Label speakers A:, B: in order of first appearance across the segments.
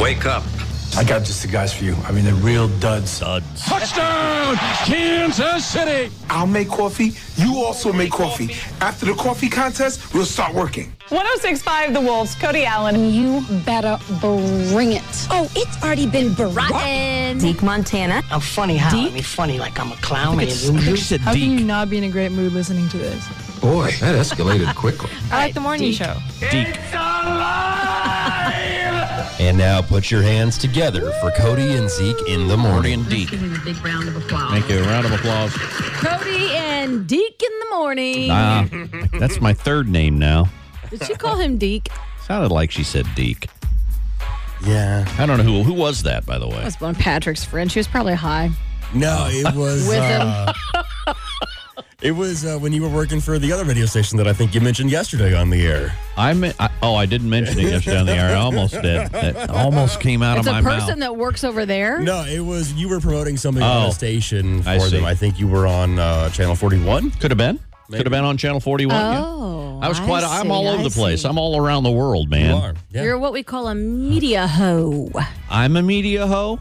A: Wake up.
B: I got just the guys for you. I mean, they're real duds.
C: Duds.
D: Touchdown, Kansas City!
E: I'll make coffee. You also make coffee. After the coffee contest, we'll start working.
F: 1065 The Wolves, Cody Allen.
G: You better bring it.
H: Oh, it's already been brought
I: Zeke Montana.
J: I'm funny how? I mean, funny like I'm a clown. And
K: It's-
J: you-
C: said
K: How can
C: Deke.
K: you not be in a great mood listening to this?
L: Boy, that escalated quickly.
K: I like the morning show.
C: Deke. And now put your hands together for Cody and Zeke in the morning. Deke.
I: Big round of applause.
M: Thank you. Round of applause.
I: Cody and Deke in the morning.
M: Ah, that's my third name now.
I: Did she call him Deke?
M: Sounded like she said Deke.
N: Yeah.
M: I don't know who who was that, by the
I: That
M: way.
I: was one of Patrick's friend. She was probably high.
N: No, it was.
I: With him.
N: uh, it was uh, when you were working for the other radio station that I think you mentioned yesterday on the air.
M: I'm. I, oh, I didn't mention it yesterday on the air. I almost did. That almost came out
I: It's
M: of my
I: a
M: mouth.
I: person that works over there.
N: No, it was you were promoting something on
M: Oh.
N: the station for
M: I see.
N: them. I think you were on uh, channel forty-one.
M: Could have been. Could have been on Channel 41. yeah.
I: Oh,
M: I was quite.
I: I
M: I'm all
I: see,
M: over
I: I
M: the place.
I: see.
M: I'm all around the world, man.
N: You are. Yeah.
I: You're what we call a media hoe.
M: I'm a media hoe.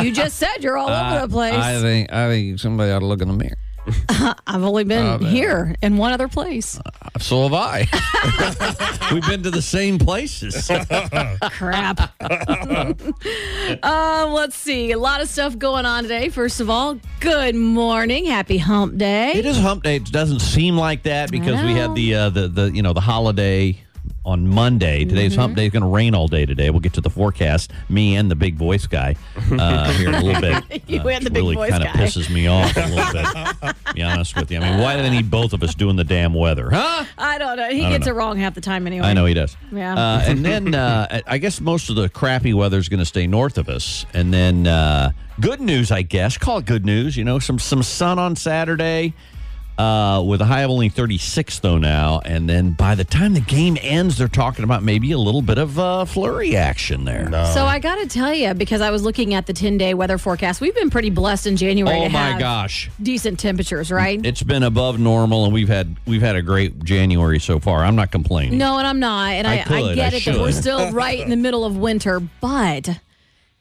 I: You just said you're all over the place.
M: I
I: I've,
M: think. I think somebody ought to look in the mirror.
I: only been here in one other place.
M: So have I. We've been to the same places.
I: crap. um, let's see. A lot of stuff going on today. First of all, good morning. Happy hump day.
M: It is hump day. It doesn't seem like that because we had the uh, the the you know the holiday on Monday. Today's
I: Mm-hmm.
M: hump day. It's going to rain all day today. We'll get to the forecast. Me and the big voice guy uh, here in a little bit.
I: You
M: which
I: and the big
M: really
I: voice
M: kind
I: guy.
M: of pisses me off a little bit. to be honest with you. I mean, why do they need both of us doing the damn weather, huh?
I: I don't know. He
M: don't
I: gets
M: know.
I: it wrong half the time anyway.
M: I know he does.
I: Yeah.
M: Uh, and then uh, I guess most of the crappy weather is going to stay north of us. And then uh, good news, I guess. Call it good news. You know, some some sun on Saturday uh, with a high of only 36 though now. And then by the time the game ends, they're talking about maybe a little bit of uh, flurry action there.
I: So I got to tell you, because I was looking at the 10 day weather forecast, we've been pretty blessed in January.
M: Oh
I: to
M: my
I: have
M: gosh.
I: Decent temperatures, right?
M: It's been above normal, and we've had we've had a great January so far. I'm not complaining.
I: no, and I'm not. And
M: I
I: I,
M: could,
I: get
M: I
I: it that we're
M: should.
I: still right in the middle of winter, but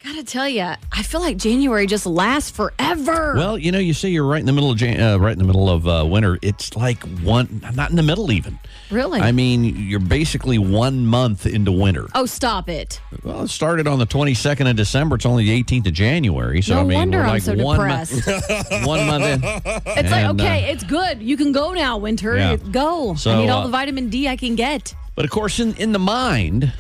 I: got to tell you, I feel like January just lasts forever.
M: Well, you know, you say you're right in the middle of Jan- uh, right in the middle of uh, winter. It's like one, not in the middle even.
I: Really?
M: I mean, you're basically one month into winter.
I: oh, stop it.
M: Well, it started on the 22nd of December. It's only the 18th of January. So
I: No
M: I mean,
I: wonder
M: we're
I: I'm
M: like
I: so
M: one
I: depressed.
M: Month, one month in.
I: It's like,
M: And, uh,
I: okay, it's good. You can go now, Winter.
M: Yeah.
I: Go.
M: So,
I: I need all
M: uh,
I: the vitamin D I can get.
M: But of course, in, in the mind,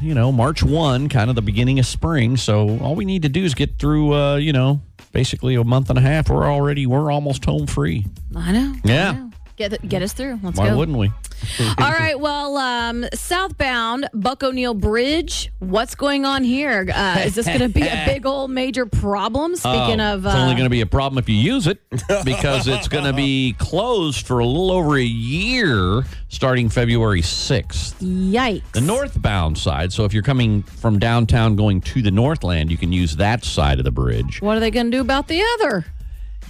M: you know, March 1, kind of the beginning of spring. So all we need to do is get through, uh, you know, basically a month and a half. We're already, we're almost home free.
I: I know.
M: Yeah.
I: Get, get us through. Let's
M: Why
I: go.
M: wouldn't we?
I: All right. Well, um, southbound Buck O'Neill Bridge. What's going on here? Uh, is this going to be a big old major problem? Speaking
M: Oh,
I: of,
M: it's
I: uh,
M: only going to be a problem if you use it because it's going to be closed for a little over a year starting February 6th.
I: uh, yikes.
M: The northbound side, so if you're coming from downtown going to the Northland, you can use that side of the bridge.
I: What are they going to do about the other?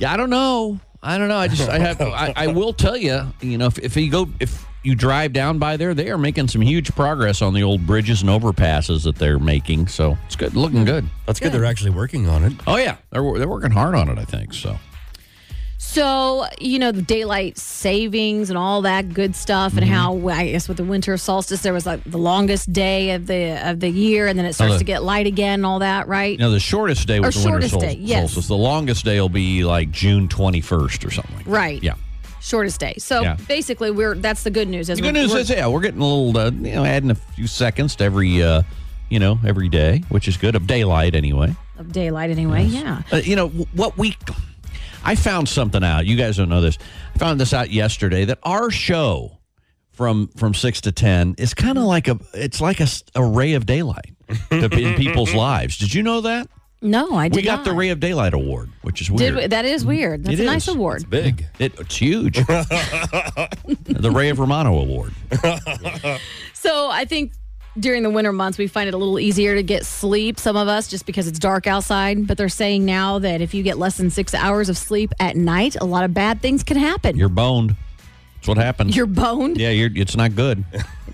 M: Yeah, I don't know. I don't know. I just I have I, I will tell you, you know, if, if you go if you drive down by there, they are making some huge progress on the old bridges and overpasses that they're making. So it's good, looking good.
N: That's good. They're actually working on it.
M: Oh yeah, they're they're working hard on it. I think so.
I: So, you know, the daylight savings and all that good stuff
M: Mm-hmm.
I: and how I guess with the winter solstice there was like the longest day of the of the year and then it starts
M: the-
I: to get light again and all that, right?
M: You know, the shortest day was
I: Our
M: the winter
I: shortest
M: sol-
I: day, yes.
M: solstice. The longest day will be like June 21st or something. like that.
I: Right.
M: Yeah.
I: Shortest day. So
M: Yeah.
I: basically we're that's the good news is
M: The
I: we're-
M: good news
I: we're-
M: is, yeah, we're getting a little, uh, you know, adding a few seconds to every, uh, you know, every day, which is good of daylight anyway.
I: of daylight anyway, yeah.
M: Uh, you know, w- what we, I found something out. You guys don't know this. I found this out yesterday that our show from from six to ten is kind of like a, it's like a, s- a ray of daylight to be in people's lives. Did you know that?
I: No, I did
M: We got
I: not.
M: the Ray of Daylight Award, which is weird.
I: Did we, that is weird. That's
M: It
I: a nice
M: is.
I: award.
N: Big.
M: It, it's huge. the Ray of Romano Award.
I: So I think during the winter months we find it a little easier to get sleep some of us just because it's dark outside but they're saying now that if you get less than six hours of sleep at night a lot of bad things can happen
M: You're boned. That's what happened.
I: You're boned?
M: Yeah, you're, it's not good.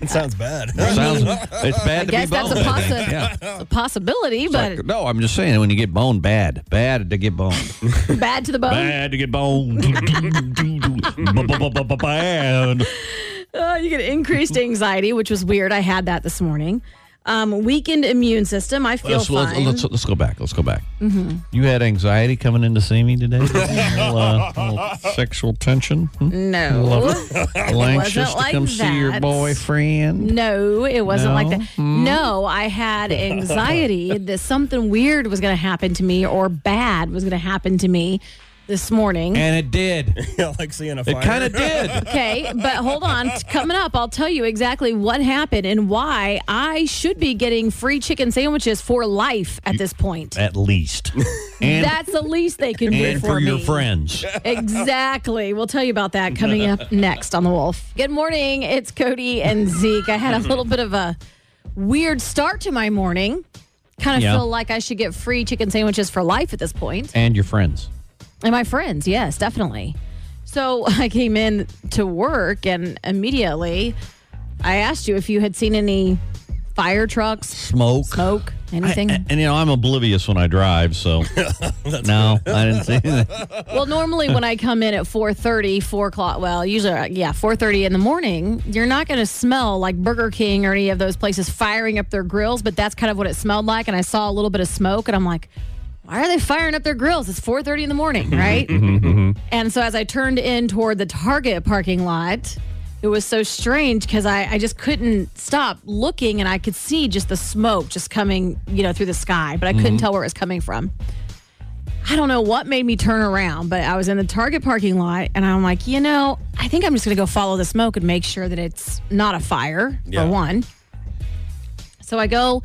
N: It sounds bad.
M: It sounds, it's bad
I: I
M: to
I: guess
M: be
I: that's
M: boned.
I: a,
M: I
I: possi-
M: think. Yeah.
I: it's a possibility, but
M: Like, no, I'm just saying when you get boned, bad, bad to get boned,
I: bad to the bone.
M: bad to get boned, bad.
I: Uh, you get increased anxiety, which was weird. I had that this morning. Um, weakened immune system. I feel
M: Let's, let's,
I: fine.
M: let's, let's go back. Let's go back.
I: hmm
M: You had anxiety coming in to see me today? A little, uh, little sexual tension? Hmm? A
I: No.
M: little,
I: It
M: little anxious
I: wasn't
M: to
I: like
M: come see your
I: that.
M: boyfriend?
I: No, it wasn't like
M: No? Hmm?
I: that. No, I had anxiety that something weird was going to happen to me or bad was going to happen to me this morning.
M: And it did.
N: yeah, like seeing a
M: It
N: fire.
M: kinda did.
I: okay, but hold on. Coming up, I'll tell you exactly what happened and why I should be getting free chicken sandwiches for life at this point.
M: At least. And,
I: That's the least they can do
M: and for your
I: me.
M: friends.
I: Exactly. We'll tell you about that coming up next on The Wolf. Good morning. It's Cody and Zeke. I had a little bit of a weird start to my morning. Kind of
M: Yeah.
I: feel like I should get free chicken sandwiches for life at this point.
M: And your friends.
I: And my friends, yes, definitely. So I came in to work and immediately I asked you if you had seen any fire trucks,
M: Smoke.
I: smoke, anything.
M: And, you know, I'm oblivious when I drive, so. no, I didn't see that.
I: well normally when i come in at 4.30 4 o'clock well usually uh, yeah 4.30 in the morning you're not going to smell like burger king or any of those places firing up their grills but that's kind of what it smelled like and i saw a little bit of smoke and i'm like why are they firing up their grills it's 4.30 in the morning right and so as i turned in toward the target parking lot it was so strange because I, I just couldn't stop looking and i could see just the smoke just coming you know through the sky but i couldn't
M: Mhm.
I: tell where it was coming from I don't know what made me turn around, but I was in the Target parking lot and I'm like, you know, I think I'm just going to go follow the smoke and make sure that it's not a fire,
M: Yeah.
I: for one. So I go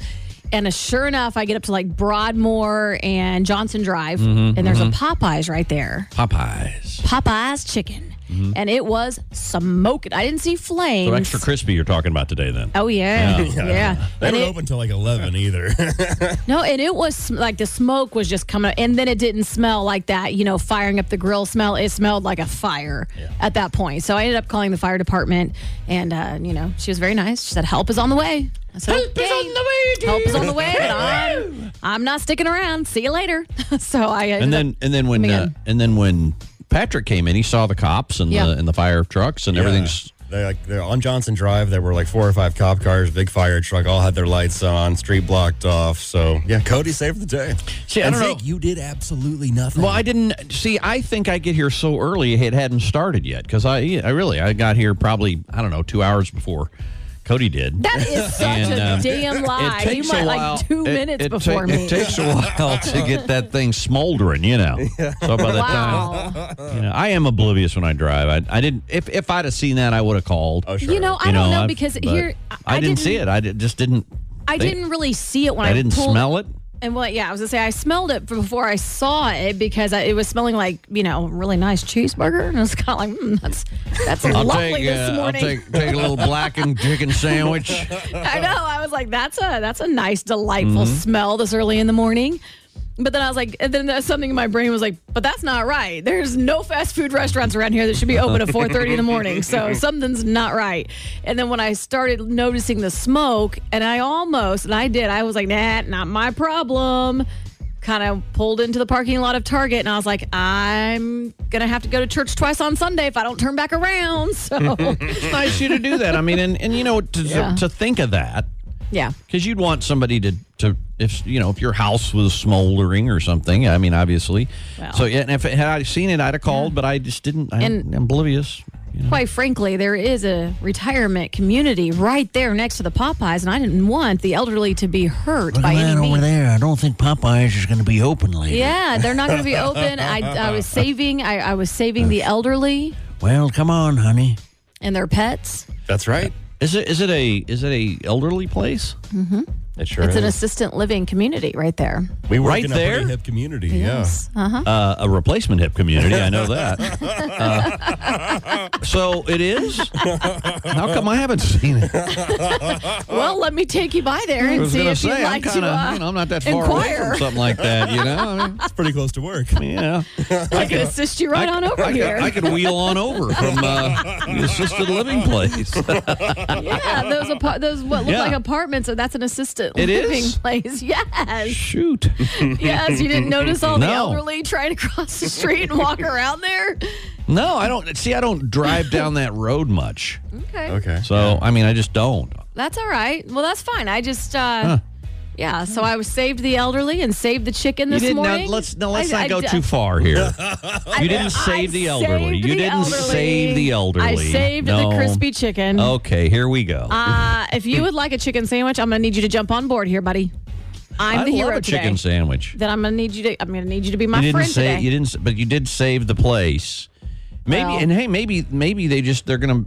I: and uh, sure enough, I get up to like Broadmoor and Johnson Drive
M: Mhm,
I: and there's
M: mhm.
I: a Popeyes right there.
M: Popeyes.
I: Popeyes chicken.
M: Mhm.
I: And it was smoking. I didn't see flames.
M: So extra crispy you're talking about today then.
I: Oh, yeah. Yeah.
N: They don't
I: And it-
N: open till like eleven either.
I: No, and it was sm- like the smoke was just coming, and then it didn't smell like that, you know, firing up the grill smell. It smelled like a fire at that point. So I ended up calling the fire department, and uh, you know, she was very nice. She said, "Help is on the way." I said, "Help is on the way. Help is on the way." But I'm, I'm not sticking around. See you later. so I ended
M: and then
I: up-
M: and then when
I: coming
M: uh,
I: in.
M: and then when Patrick came in, he saw the cops and
I: Yeah.
M: the and the fire trucks and everything's
N: They like they're on Johnson Drive. There were like four or five cop cars, big fire truck, all had their lights on, street blocked off. So yeah, Cody saved the day.
M: See, I
N: And
M: don't know.
N: Zeke, you did absolutely nothing.
M: Well, I didn't see. I think I get here so early; it hadn't started yet because I, I really, I got here probably I don't know two hours before Cody did.
I: that is such
M: And,
I: a
M: um,
I: damn lie.
M: It takes
I: you might
M: a while.
I: like two
M: it-
I: minutes
M: it ta-
I: before me.
M: It takes a while to get that thing smoldering, you know. So by the
I: Wow.
M: time, you know, I am oblivious when I drive. I, I didn't. If if I'd have seen that, I would have called. Oh,
I: sure. You know, I don't know, because here- I-
M: I,
I: I
M: didn't see it.
I: didn't-
M: I di- just didn't.
I: I
M: think-
I: didn't really see it when I,
M: I didn't
I: pulled-
M: smell it.
I: And well, yeah, I was gonna say I smelled it before I saw it because I, it was smelling like you know really nice cheeseburger, and I was kind of like, mm, that's that's
M: I'll
I: lovely
M: take,
I: this
M: uh, I'll
I: morning.
M: take take a little blackened chicken sandwich.
I: I know. I was like, that's a that's a nice, delightful
M: Mhm.
I: smell this early in the morning. But then I was like, and then there's something in my brain was like, but that's not right. There's no fast food restaurants around here that should be open at 4:30 in the morning. So something's not right. And then when I started noticing the smoke, and I almost, and I did, I was like, nah, not my problem. Kind of pulled into the parking lot of Target, and I was like, I'm gonna have to go to church twice on Sunday if I don't turn back around. So
M: it's nice you to do that. I mean, and, and you know, to,
I: Yeah.
M: to think of that,
I: yeah.
M: because you'd want somebody to, to, if, you know, if your house was smoldering or something, I mean, obviously.
I: Well.
M: So, yeah, and if it, had I seen it, I'd have called, but I just didn't. I,
I: And-
M: am oblivious.
I: Quite frankly, there is a retirement community right there next to the Popeyes, and I didn't want the elderly to be hurt by any means.
M: there. I don't think Popeyes is going to be open later.
I: Yeah, they're not going to be open. I, I was saving. I, I was saving the elderly
M: Well, come on, honey.
I: and their pets.
N: That's right.
M: Is it is it a is it a elderly place?
I: Mm-hmm.
N: It sure
I: It's an assistant living community right there.
O: We work
M: right
O: in a
M: there.
O: pretty hip community.
M: Yes.
O: Yeah.
M: Uh-huh. Uh, a replacement hip community. I know that. Uh, so it is. How come I haven't seen it?
I: well, let me take you by there
M: Oh. I
I: and
M: was
I: see
M: gonna
I: if
M: say,
I: you'd
M: I'm
I: like
M: kinda-
I: to. Uh,
M: you know, I'm not that far away
I: inquire.
M: from something like that, you know? I mean,
O: it's pretty close to work.
M: Yeah.
I: I can assist you right on over
M: I, could-
I: here.
M: I could wheel on over from uh, the assisted living place.
I: yeah, those apa- those what look
M: Yeah.
I: like apartments. So that's an assisted
M: It
I: living
M: is?
I: place. Yes.
M: Shoot.
I: Yes, you didn't notice all the
M: No.
I: elderly trying to cross the street and walk around there.
M: No, I don't. See, I don't drive down that road much.
I: Okay.
M: Okay. So, I mean, I just don't.
I: That's all right. Well, that's fine. I just, uh, yeah. So I was saved the elderly and saved the chicken
M: You
I: this
M: did not-
I: morning.
M: let's- no, let's
I: I-
M: not
I: I
M: go
I: d-
M: too far here. You didn't
I: I
M: save the elderly.
I: saved
M: You
I: the
M: didn't save the elderly.
I: I saved
M: No.
I: the crispy chicken.
M: Okay, here we go.
I: Uh, if you would like a chicken sandwich, I'm going to need you to jump on board here, buddy. I'm
M: I
I: the
M: love
I: hero
M: a chicken
I: today.
M: sandwich.
I: Then I'm going to need you to. I'm going to need you to be my
M: you didn't
I: friend
M: save.
I: today.
M: You didn't, s- but you did save the place. Maybe
I: Well-
M: and hey, maybe maybe they just they're gonna.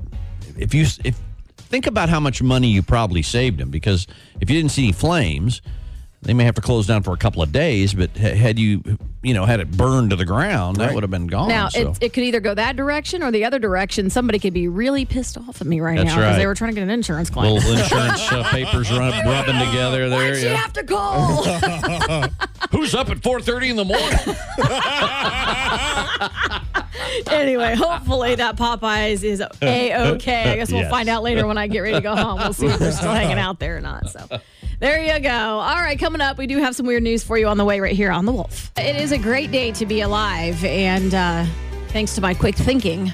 M: If you s- if think about how much money you probably saved them because if you didn't see any flames, they may have to close down for a couple of days. But ha- had you you know had it burned to the ground, that would have been gone.
I: now
M: so.
I: it, it could either go that direction or the other direction. Somebody could be really pissed off at me right
M: That's
I: now because
M: right.
I: they were trying to get an insurance claim.
M: little insurance uh, papers rub, rubbing together there.
I: Why'd she
M: yeah.
I: have to call?
M: Who's up at four thirty in the morning?
I: anyway, hopefully that Popeyes is a okay. I guess we'll
M: Yes.
I: find out later when I get ready to go home. We'll see if they're still hanging out there or not. So there you go. All right, coming up, we do have some weird news for you on the way right here on The Wolf. It is a great day to be alive, and uh, thanks to my quick thinking,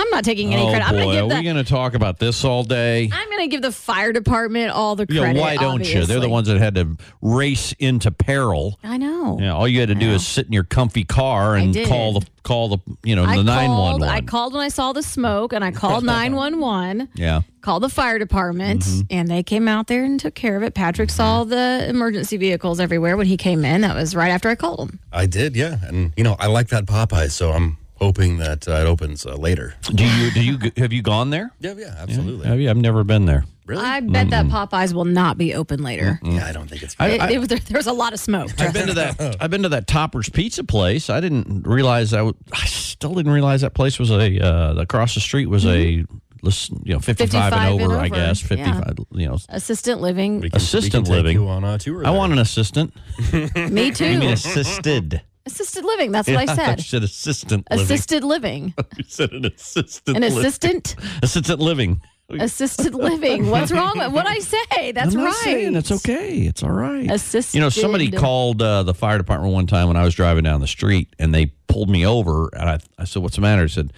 I: I'm not taking any
M: oh
I: credit. I'm
M: boy,
I: gonna
M: are
I: give
M: we
I: the
M: going to talk about this all day?
I: I'm gonna give the fire department all the
M: Yeah,
I: credit.
M: why don't you? They're the
I: obviously.
M: ones that had to race into peril.
I: I know.
M: Yeah, all you had to do is sit in your comfy car and
I: did.
M: call the call the you know
I: I
M: the nine one
I: called. I
M: one.
I: called when I saw the smoke, and I called nine one one.
M: Yeah, Mm-hmm.
I: called the fire department and they came out there and took care of it. Patrick saw the emergency vehicles everywhere when he came in. That was right after I called him.
O: I did, yeah. And, you know, I like that Popeye, so I'm hoping that uh, it opens uh, later.
M: do you do you have you gone there?
O: Yeah, yeah, absolutely.
M: Have you? I've never been there.
O: Really?
I: I bet that Popeyes will not be open later.
O: yeah, I don't think it's.
M: Mm-hmm. I-
I: It,
M: I-
I: it was, there, there was a lot of smoke.
M: I've been to that. I've been to that Topper's Pizza place. I didn't realize I. w- I still didn't realize that place was a. Uh, across the street was a. Listen, you know, fifty-five,
I: 55
M: and,
I: Mm-hmm. and
M: over, I
I: over,
M: guess.
I: yeah.
M: Fifty-five. You know,
I: Assistant living.
O: We can- we can
M: assistant
O: take
M: living.
O: you on a tour
M: I
O: there.
M: want an assistant.
I: Me too.
M: You mean assisted?
I: assisted living. That's what I
M: thought
I: said.
M: you said assistant.
I: Assisted living.
M: living. you said an assistant.
I: An
M: living.
I: assistant?
M: Assistant living.
I: Assisted living. What's wrong with what I say? That's
M: I'm
I: right.
M: not saying it's okay. It's all right.
I: Assisted.
M: You know, somebody called uh, the fire department one time when I was driving down the street, and they pulled me over, and I, I said, "What's the matter?" He said,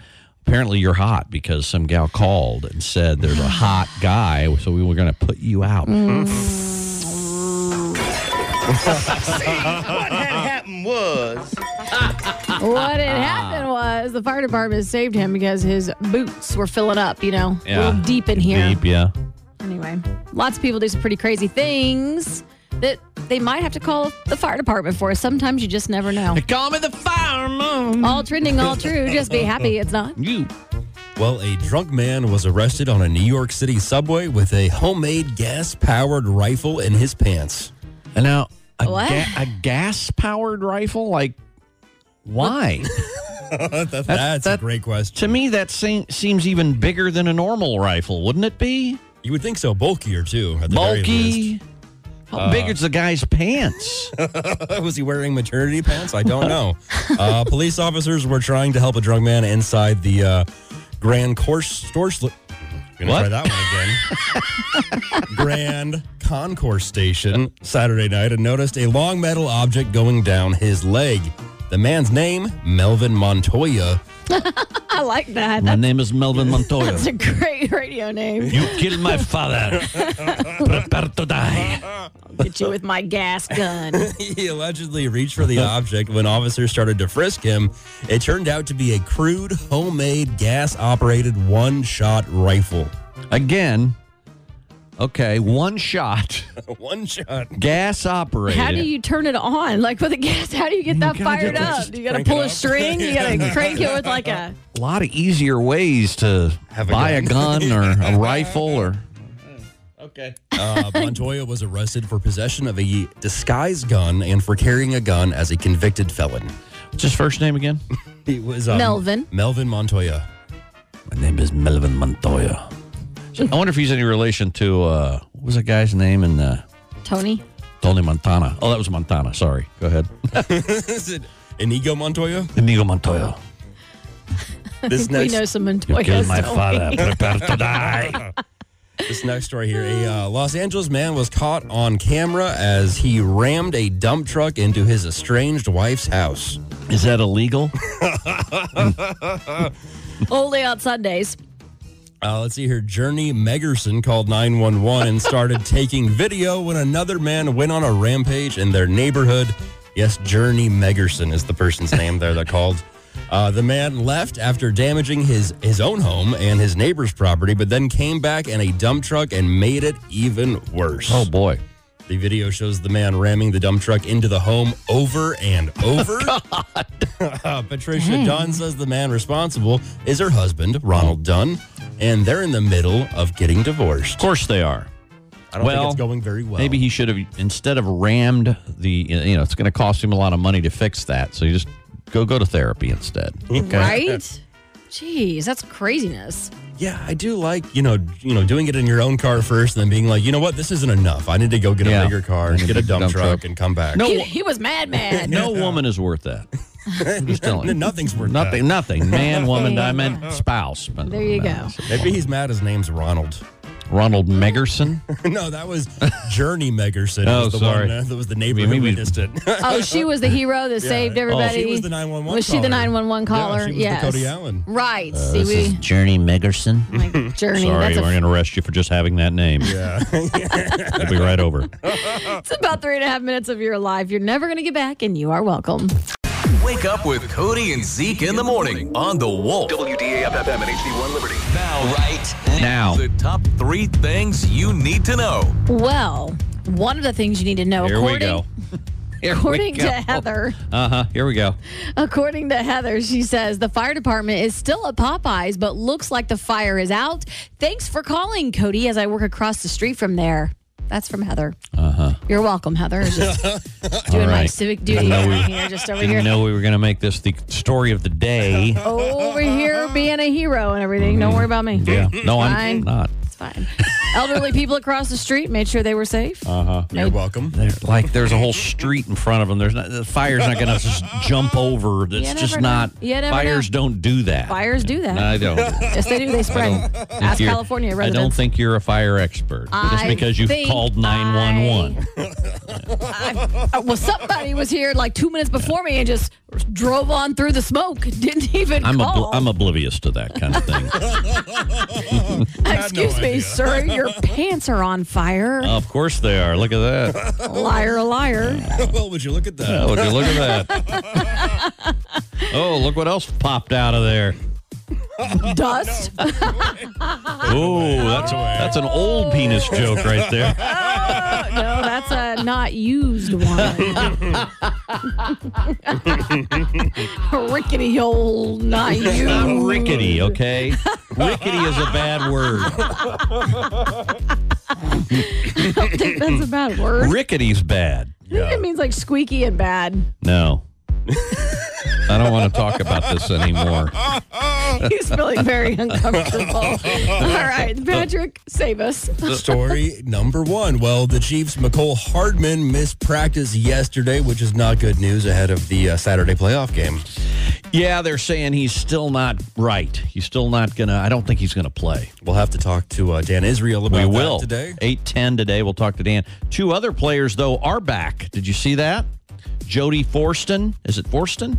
M: "Apparently you're hot because some gal called and said there's a hot guy, so we were going to put you out."
P: what had happened was
I: what had
M: Ah.
I: happened was the fire department saved him because his boots were filling up, you know, a little deep in here.
M: Deep, yeah.
I: Anyway, lots of people do some pretty crazy things that they might have to call the fire department for. Sometimes you just never know.
M: Call me the fireman.
I: All trending, all true. Just be happy it's not.
M: You.
O: Well, a drunk man was arrested on a New York City subway with a homemade gas powered rifle in his pants.
M: And now, a,
I: What?
M: ga- a gas powered rifle? Like, why?
O: that's, a
M: that-
O: great question.
M: to me, that se- seems even bigger than a normal rifle, wouldn't it be?
O: You would think so. Bulkier, too. At the very
M: Bulky.
O: least.
M: How big is the guy's pants?
O: was he wearing maternity pants? I don't know. uh, police officers were trying to help a drunk man inside the uh, Grand Course Stores. Gonna
M: What?
O: try that one again. Grand Concourse Station Saturday night and noticed a long metal object going down his leg. The man's name, Melvin Montoya.
I: I like that.
M: My name is Melvin Montoya.
I: That's a great radio name.
M: You killed my father. Prepare to die.
I: Get you with my gas gun.
O: He allegedly reached for the object when officers started to frisk him. It turned out to be a crude, homemade, gas operated one shot rifle.
M: Again, okay, one shot,
O: one shot.
M: gas operated.
I: How do you turn it on? Like with a gas, how do you get that fired up? You got to
O: crank it
I: pull a
O: up.
I: string? You got to crank it with like a.
M: A lot of easier ways to
O: Have a
M: buy a gun or a rifle or.
Q: Okay.
M: I
O: Uh, Montoya was arrested for possession of a disguised gun and for carrying a gun as a convicted felon.
M: What's his first name again?
O: it was um,
I: Melvin.
O: Melvin Montoya.
M: My name is Melvin Montoya. I wonder if he's any relation to uh, what was that guy's name in uh,
I: Tony.
M: Tony Montana? Oh, that was Montana. Sorry. Go ahead.
O: Is it Inigo Montoya?
M: Inigo Montoya.
O: This
I: we
O: next-
I: know some
M: You
I: Montoyas.
M: killed my
I: Oh, don't
M: father.
I: we?
M: Prepare to die.
O: This next story here a uh, Los Angeles man was caught on camera as he rammed a dump truck into his estranged wife's house.
M: Is that illegal?
I: Only on Sundays.
O: Uh, let's see here. Journey Megerson called 911 and started taking video when another man went on a rampage in their neighborhood. Yes, Journey Megerson is the person's name there that called. Uh, the man left after damaging his, his own home and his neighbor's property, but then came back in a dump truck and made it even worse.
M: Oh boy.
O: The video shows the man ramming the dump truck into the home over and over.
M: Oh,
O: Uh, Patricia Dunn says the man responsible is her husband, Ronald Dunn, and they're in the middle of getting divorced.
M: Of course they are.
O: I don't
M: Well,
O: think it's going very well.
M: Maybe he should have instead of rammed the you know it's going to cost him a lot of money to fix that. So you just go go to therapy instead. Okay.
I: Right? Jeez, that's craziness.
O: Yeah, I do like you know you know doing it in your own car first, and then being like, you know what, this isn't enough. I need to go get a
M: Yeah.
O: bigger car,
M: I need
O: get a
M: a
O: dump,
M: dump
O: truck,
M: truck.
O: and come back.
M: No,
I: He, he was mad, mad.
M: no woman is worth that. I'm just telling you.
O: uh, nothing's worth
M: Nothing,
O: that.
M: nothing. Man, woman, I meant spouse. But
I: There you go.
O: Maybe he's mad. His name's Ronald.
M: Ronald Megerson.
O: no, that was Journey Megerson.
M: Oh,
O: was the
M: sorry.
O: One, uh, that was the neighbor who
M: Maybe-
O: witnessed it.
I: Oh, she was the hero that saved everybody.
O: Oh, she was the 911
I: Was she the
O: caller.
I: 911 caller?
O: Yeah, she was
I: yes.
O: Cody Allen. Uh,
I: Right. See, we.
M: Journey Megerson.
I: like, Journey.
M: Sorry,
I: that's a
M: we're going to arrest you for just having that name.
O: Yeah.
M: We'll be right over.
I: It's about three and a half minutes of your life. You're never going to get back, and you are welcome.
N: Wake up with Cody and Zeke in the morning on the Wolf. WDAFFM and HD1 Liberty. Now, right
M: Now.
N: the top three things you need to know.
I: Well, one of the things you need to know,
M: Here
I: according,
M: we go. Here we
I: according
M: go.
I: to Heather,
M: Uh huh. Here we go.
I: according to Heather, she says the fire department is still at Popeyes, but looks like the fire is out. Thanks for calling, Cody, as I work across the street from there. That's from Heather.
M: Uh huh.
I: You're welcome, Heather. Just doing my civic duty
M: Didn't know we-
I: over here, just over here.
M: Didn't know we were going to make this the story of the day.
I: over here being a hero and everything. Don't worry about me.
M: Yeah. No, I'm
I: Fine.
M: not.
I: It's fine. Elderly people across the street made sure they were safe.
M: Uh huh.
O: You're welcome.
M: There- like there's a whole street in front of them. There's not, the fire's not going to just jump over. That's
I: never
M: just
I: know.
M: not.
I: You never know.
M: fires don't do that.
I: Fires do that.
M: No, I don't.
I: Yes, they do. They spread. Ask
M: You're-
I: California residents.
M: I don't think you're a fire expert. just
I: I
M: because you've
I: think
M: called 911.
I: I- well, somebody was here like two minutes before me and just drove on through the smoke. Didn't even
M: I'm, obli-
I: call.
M: I'm oblivious to that kind of thing.
I: Excuse me, sir. Your pants are on fire.
M: of course they are. Look at that.
I: liar, liar.
O: well, would you look at that?
M: Oh, would you look at that? Oh, look what else popped out of there.
I: Dust.
M: Oh, that's, that's an old penis joke right there.
I: Oh, no, that's a not used one. Rickety old, not used.
M: Not rickety, okay? rickety is a bad word.
I: That's a bad word.
M: Rickety's bad.
I: It means like squeaky and bad.
M: No. I don't want to talk about this anymore.
I: He's feeling very uncomfortable. All right, Patrick, save us.
O: Story number one. Well, the Chiefs' McCole Hardman missed practice yesterday, which is not good news ahead of the uh, Saturday playoff game.
M: Yeah, they're saying he's still not right. He's still not going to, I don't think he's going to play.
O: We'll have to talk to uh, Dan Israel about
M: We
O: that
M: will.
O: today.
M: 810 today. We'll talk to Dan. Two other players, though, are back. Did you see that? Jody Forston. Is it Forston?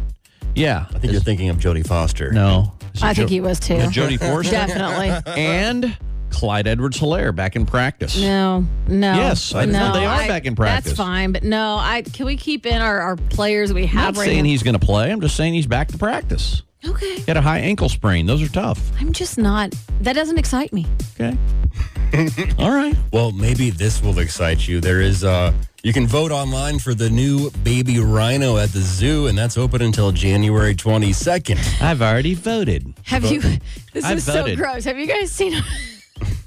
M: Yeah.
O: I think you're thinking of Jody Foster.
M: No. Is it
I: I think
M: Jo-
I: he was too.
M: Yeah, Jody Forston.
I: Definitely.
M: And Clyde Edwards Hilaire back in practice.
I: No, no.
M: Yes, I-
I: no,
M: they are
I: I-
M: back in practice.
I: That's fine, but no, I can we keep in our, our players we
M: I'm
I: have
M: not
I: right
M: saying
I: now?
M: he's going to play. I'm just saying he's back to practice.
I: Okay.
M: He had a high ankle sprain. Those are tough.
I: I'm just not that doesn't excite me.
M: Okay. All right.
O: Well, maybe this will excite you. There is, uh, you can vote online for the new baby rhino at the zoo, and that's open until January 22nd.
M: I've already voted.
I: Have you this
M: I
I: is so
M: voted.
I: gross. Have you guys seen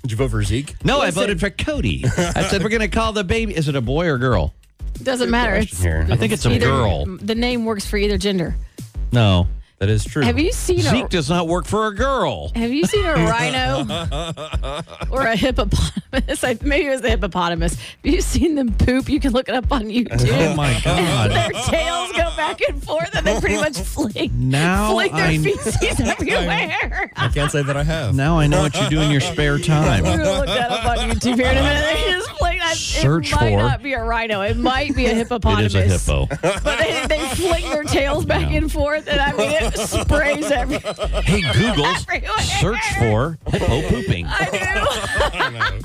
N: Did you vote for Zeke?
M: No, I voted for Cody. I said we're going to call the baby. Is it a boy or girl?
I: Doesn't matter. It's,
M: Here. I think it's a
I: either-
M: girl.
I: The name works for either gender.
M: No, that is true.
I: Have you seen a-
M: Zeke does not work for a girl.
I: Have you seen a rhino or a hippopotamus? I, maybe it was a hippopotamus. Have you seen them poop? You can look it up on YouTube.
M: Oh, my God.
I: Their tails go back and forth, and they pretty much fling,
M: Now
I: fling their
M: I-
I: feces everywhere.
N: I can't say that I have.
M: Now I know what you do in your spare time.
I: We're gonna look that up on YouTube here in a minute. They just fling. I,
M: Search
I: it might
M: for-
I: not be a rhino. It might be a
M: It
I: hippopotamus.
M: is a hippo.
I: But they, they fling their tails back and forth, and I mean it sprays every,
M: Hey, Google,
I: everywhere.
M: search for hippo pooping.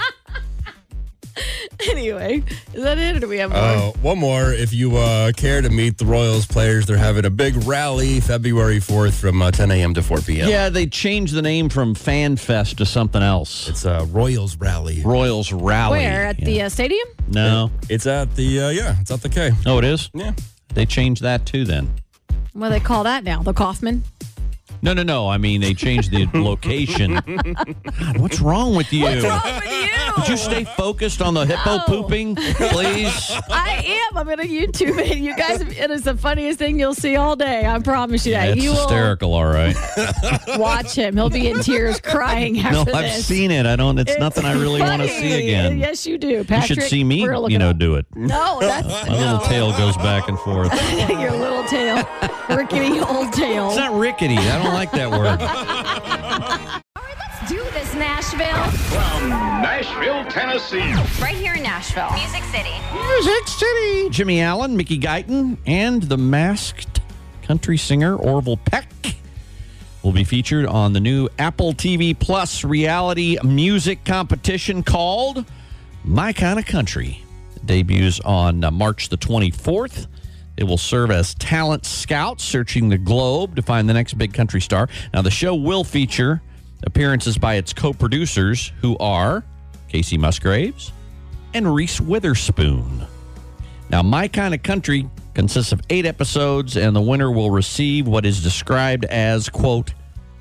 I: anyway, is that it, or do we have more?
M: Oh,
N: Uh, one more. If you uh, care to meet the Royals players, they're having a big rally February 4th from uh, 10 a.m. to 4 p.m.
M: Yeah, they changed the name from Fan Fest to something else. It's
N: a Royals rally.
M: Royals rally.
I: Where at the uh, stadium?
M: No,
N: it's at the uh, yeah, it's at the K.
M: Oh, it is.
N: Yeah,
M: they changed that too. Then
I: What do they call that now? The Kaufman.
M: no, no, no. I mean, they changed the location. God, what's wrong with you?
I: What's wrong with you?
M: Could you stay focused on the hippo
I: No.
M: pooping, please?
I: I am. I'm gonna YouTube it. You guys, it is the funniest thing you'll see all day. I promise you that.
M: That's
I: you
M: hysterical. All right.
I: will watch him. He'll be in tears, crying
M: no,
I: after
M: I've
I: this.
M: seen it. I don't. It's,
I: It's
M: nothing I really want to
I: funny.
M: see again.
I: Yes, you do,
M: You
I: Patrick.
M: should see me,
I: we're gonna
M: you
I: look
M: know,
I: it up.
M: do it.
I: No, that's
M: My little tail goes back and forth. It's
I: your little tail, rickety old tail.
M: not rickety. I don't like that word.
H: Let's do this, Nashville.
R: From Nashville, Tennessee.
H: Right here in Nashville. Music City.
M: Music City. Jimmy Allen, Mickey Guyton, and the masked country singer Orville Peck will be featured on the new Apple TV Plus reality music competition called My Kind of Country. It debuts on uh, March the 24th. They will serve as talent scouts searching the globe to find the next big country star. Now, the show will feature appearances by its co producers, who are Casey Musgraves and Reese Witherspoon. Now, My Kind of Country consists of eight episodes, and the winner will receive what is described as, quote,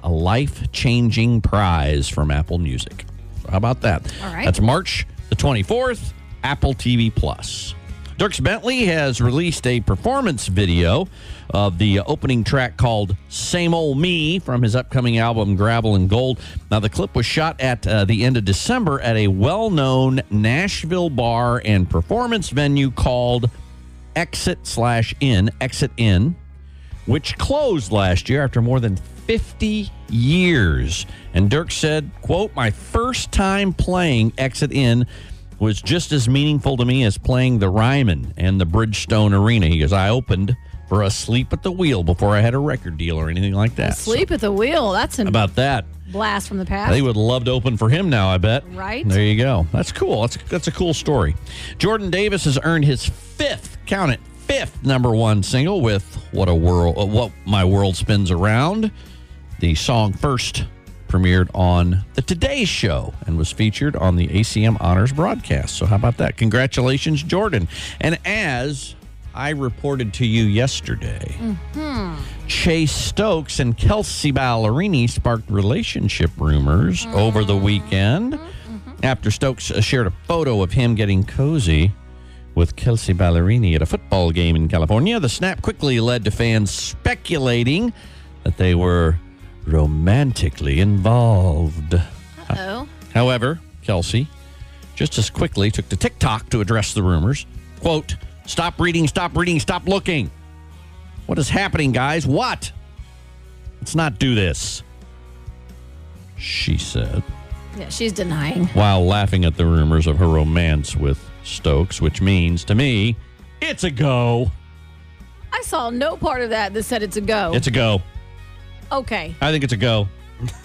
M: a life changing prize from Apple Music. So how about that?
S: All right.
M: That's March the 24th, Apple TV Plus. Dirks Bentley has released a performance video of the opening track called Same Old Me from his upcoming album Gravel and Gold. Now, the clip was shot at uh, the end of December at a well known Nashville bar and performance venue called Exit slash In, Exit In, which closed last year after more than 50 years. And Dirk said, quote, my first time playing Exit In was just as meaningful to me as playing the Ryman and the Bridgestone Arena. He goes, I opened for a sleep at the wheel before I had a record deal or anything like that.
I: Sleep at the wheel. That's
M: So,
I: a
M: how about that.
I: blast from the past.
M: They would love to open for him now, I bet.
I: Right?
M: There you go. That's cool. That's that's a cool story. Jordan Davis has earned his fifth, count it, fifth number one single with "What a World," uh, "What My World Spins Around." The song first premiered on the Today Show and was featured on the ACM Honors broadcast. So how about that? Congratulations, Jordan. And as I reported to you yesterday.
S: Mm-hmm.
M: Chase Stokes and Kelsey Ballerini sparked relationship rumors over the weekend after Stokes uh, shared a photo of him getting cozy with Kelsey Ballerini at a football game in California. The snap quickly led to fans speculating that they were romantically involved.
I: Oh,
M: However, Kelsey just as quickly took to TikTok to address the rumors. Quote, stop reading, stop reading, stop looking. What is happening, guys? What? Let's not do this, she said,
I: yeah, she's denying.
M: while laughing at the rumors of her romance with Stokes, which means to me, it's a go.
I: I saw no part of that that said it's a go.
M: It's a go.
I: okay.
M: I think it's a go.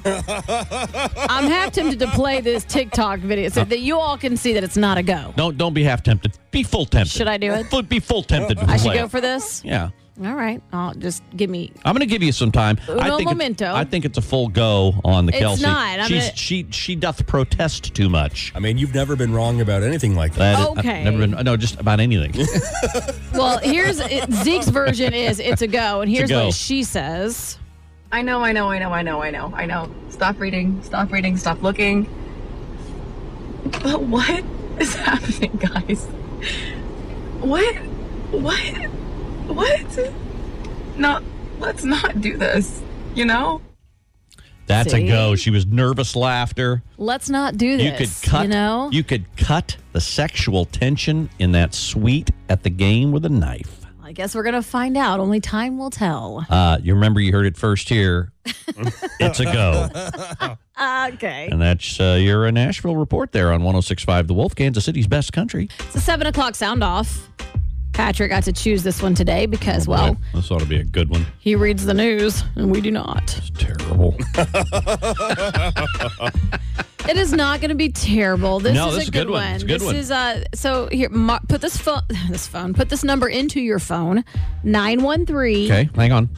I: I'm half tempted to play this TikTok video
M: Uh.
I: so that you all can see that it's not a go.
M: Don't don't be half tempted. Be full tempted.
I: Should I do it?
M: Full- Be full tempted.
I: I should
M: Play
I: go
M: it.
I: for this.
M: Yeah.
I: All right. I'll just give me.
M: I'm going to give you some time. I
I: Uno
M: think it's-
I: momento.
M: I think it's a full go on the
I: It's
M: Kelsey.
I: not. I'm
M: She's,
I: gonna-
M: She she doth protest too much.
N: I mean, you've never been wrong about anything like
M: that. is- I've
I: Okay.
M: never been no just about anything.
I: Well, here's it, Zeke's version is it's a go, and
M: It's a
I: here's
M: go.
I: what she says.
T: I know, I know, I know, I know, I know, I know. Stop reading, stop reading, stop looking.
B: But what is happening, guys? What? What? What? Not. Let's not do this. You know.
M: That's
I: See?
M: a go. She was nervous laughter.
I: Let's not do this.
M: You could cut.
I: You know?
M: you could cut the sexual tension in that suite at the game with a knife.
I: I guess we're going to find out. Only time will tell.
M: Uh, you remember you heard it first here. it's a go.
I: Okay.
M: And that's uh, your uh, Nashville report there on 1065 The Wolf, Kansas City's best country.
I: It's a seven o'clock sound off. Patrick got to choose this one today because, well,
M: This ought to be a good one.
I: he reads the news and we do not.
M: Terrible.
I: It is not going to be terrible. This
M: No,
I: is
M: this
I: a good, one.
M: It's a good
I: this
M: one.
I: is uh so here mar- put this phone this phone put this number into your phone 913
M: Okay, hang on.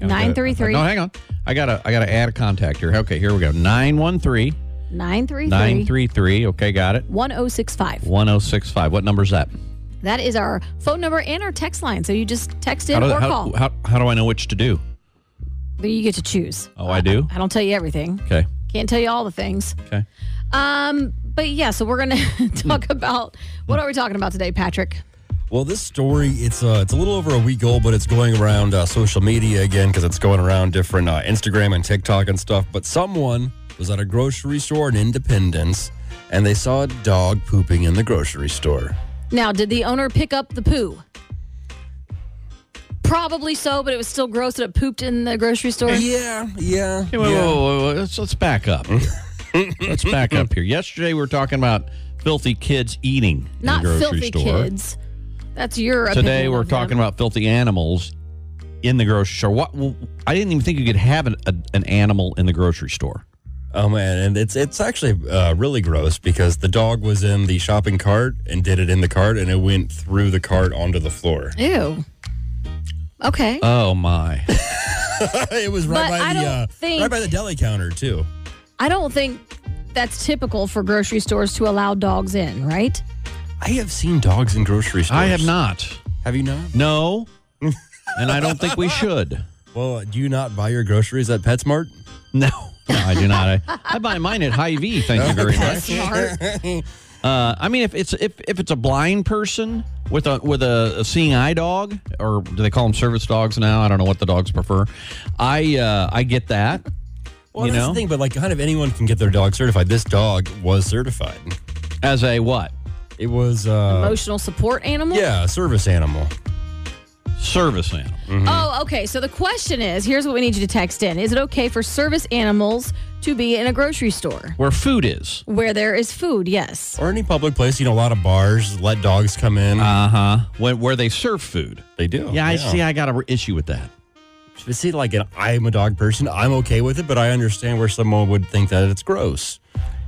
M: I've got it.
I: 933.
M: No, hang on. I gotta I gotta add a contact here. Okay, here we go. 913
I: 933
M: 933. Okay, got it.
I: 1065.
M: 1065. What number's that?
I: That is our phone number and our text line. So you just text in
M: how, do,
I: or
M: how,
I: call.
M: how, how do I know which to do?
I: but you get to choose.
M: Oh, I do?
I: I don't tell you everything.
M: Okay.
I: Can't tell you all the things.
M: Okay.
I: Um but yeah, so we're going to
M: Hmm.
I: talk about what are we talking about today, Patrick?
O: Well, this story it's uh, it's a little over a week old, but it's going around uh, social media again because it's going around different uh, Instagram and TikTok and stuff. But someone was at a grocery store in Independence, and they saw a dog pooping in the grocery store.
I: Now, did the owner pick up the poo? Probably so, but it was still gross that it pooped in the grocery store.
O: Yeah, yeah.
M: Hey, wait, whoa, whoa, whoa, Let's, let's back up. here. let's back up here. Yesterday we were talking about filthy kids eating
I: Not
M: in the grocery
I: filthy
M: store.
I: kids. That's your opinion.
M: Today we're
I: of them.
M: talking about filthy animals in the grocery store. What? well, I didn't even think you could have an, a, an animal in the grocery store.
O: Oh man, and it's it's actually uh, really gross because the dog was in the shopping cart and did it in the cart, and it went through the cart onto the floor.
I: Ew. Okay.
M: Oh my!
O: it was
I: But
O: right by
I: I
O: the
I: don't
O: uh,
I: think-
O: right by the deli counter too.
I: I don't think that's typical for grocery stores to allow dogs in, right?
O: I have seen dogs in grocery stores.
M: I have not.
O: Have you not?
M: No, and I don't think we should.
O: Well, do you not buy your groceries at PetSmart?
M: No, no I do not. I, I buy mine at High V. Thank you very much. Uh, I mean, if it's if, if it's a blind person with a with a, a seeing eye dog, or do they call them service dogs now? I don't know what the dogs prefer. I uh, I get that.
O: Well,
M: you
O: that's
M: know,
O: the thing, but like, kind of anyone can get their dog certified. This dog was certified
M: as a what?
O: It was uh,
I: Emotional support animal?
O: yeah, a service animal.
M: Service animal.
I: Oh, okay. So the question is here's what we need you to text in Is it okay for service animals to be in a grocery store
M: where food is?
I: where there is food? Yes.
O: Or any public place, you know, a lot of bars let dogs come in.
M: Uh huh. When where they serve food,
O: they do.
M: Yeah, I see. I got an issue with that.
O: But see, like, an, I'm a dog person. I'm okay with it, but I understand where someone would think that it's gross.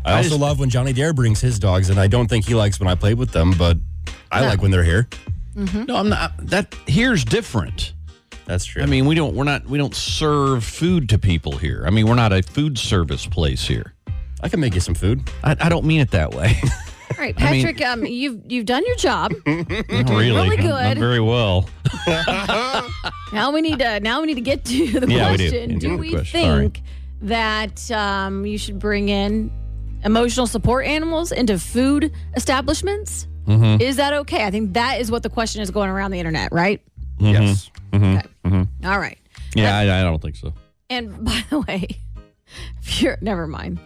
O: I,
M: I
O: also
M: just-
O: love when Johnny Dare brings his dogs, and I don't think he likes when I play with them, but I
M: No.
O: like when they're here.
M: No, I'm not. That here's different.
O: That's true.
M: I mean, we don't we're not we don't serve food to people here. I mean, we're not a food service place here.
O: I can make you some food.
M: I, I don't mean it that way.
I: Mm-hmm. All right,
M: I mean-
I: Patrick, um, you've you've done your job.
M: Not really,
I: Really
M: Not- Not
I: good.
M: very well.
I: now we need to now we need to get to the
M: Yeah, we do.
I: question.
M: Need to get
I: do
M: the
I: we
M: question. Sorry.
I: think that um, you should bring in emotional support animals into food establishments?
M: Mhm.
I: Is that okay? I think that is what the question is going around the internet, right?
M: Yes.
I: All right.
M: Yeah, I, I don't think so.
I: And by the way, if you're never mind.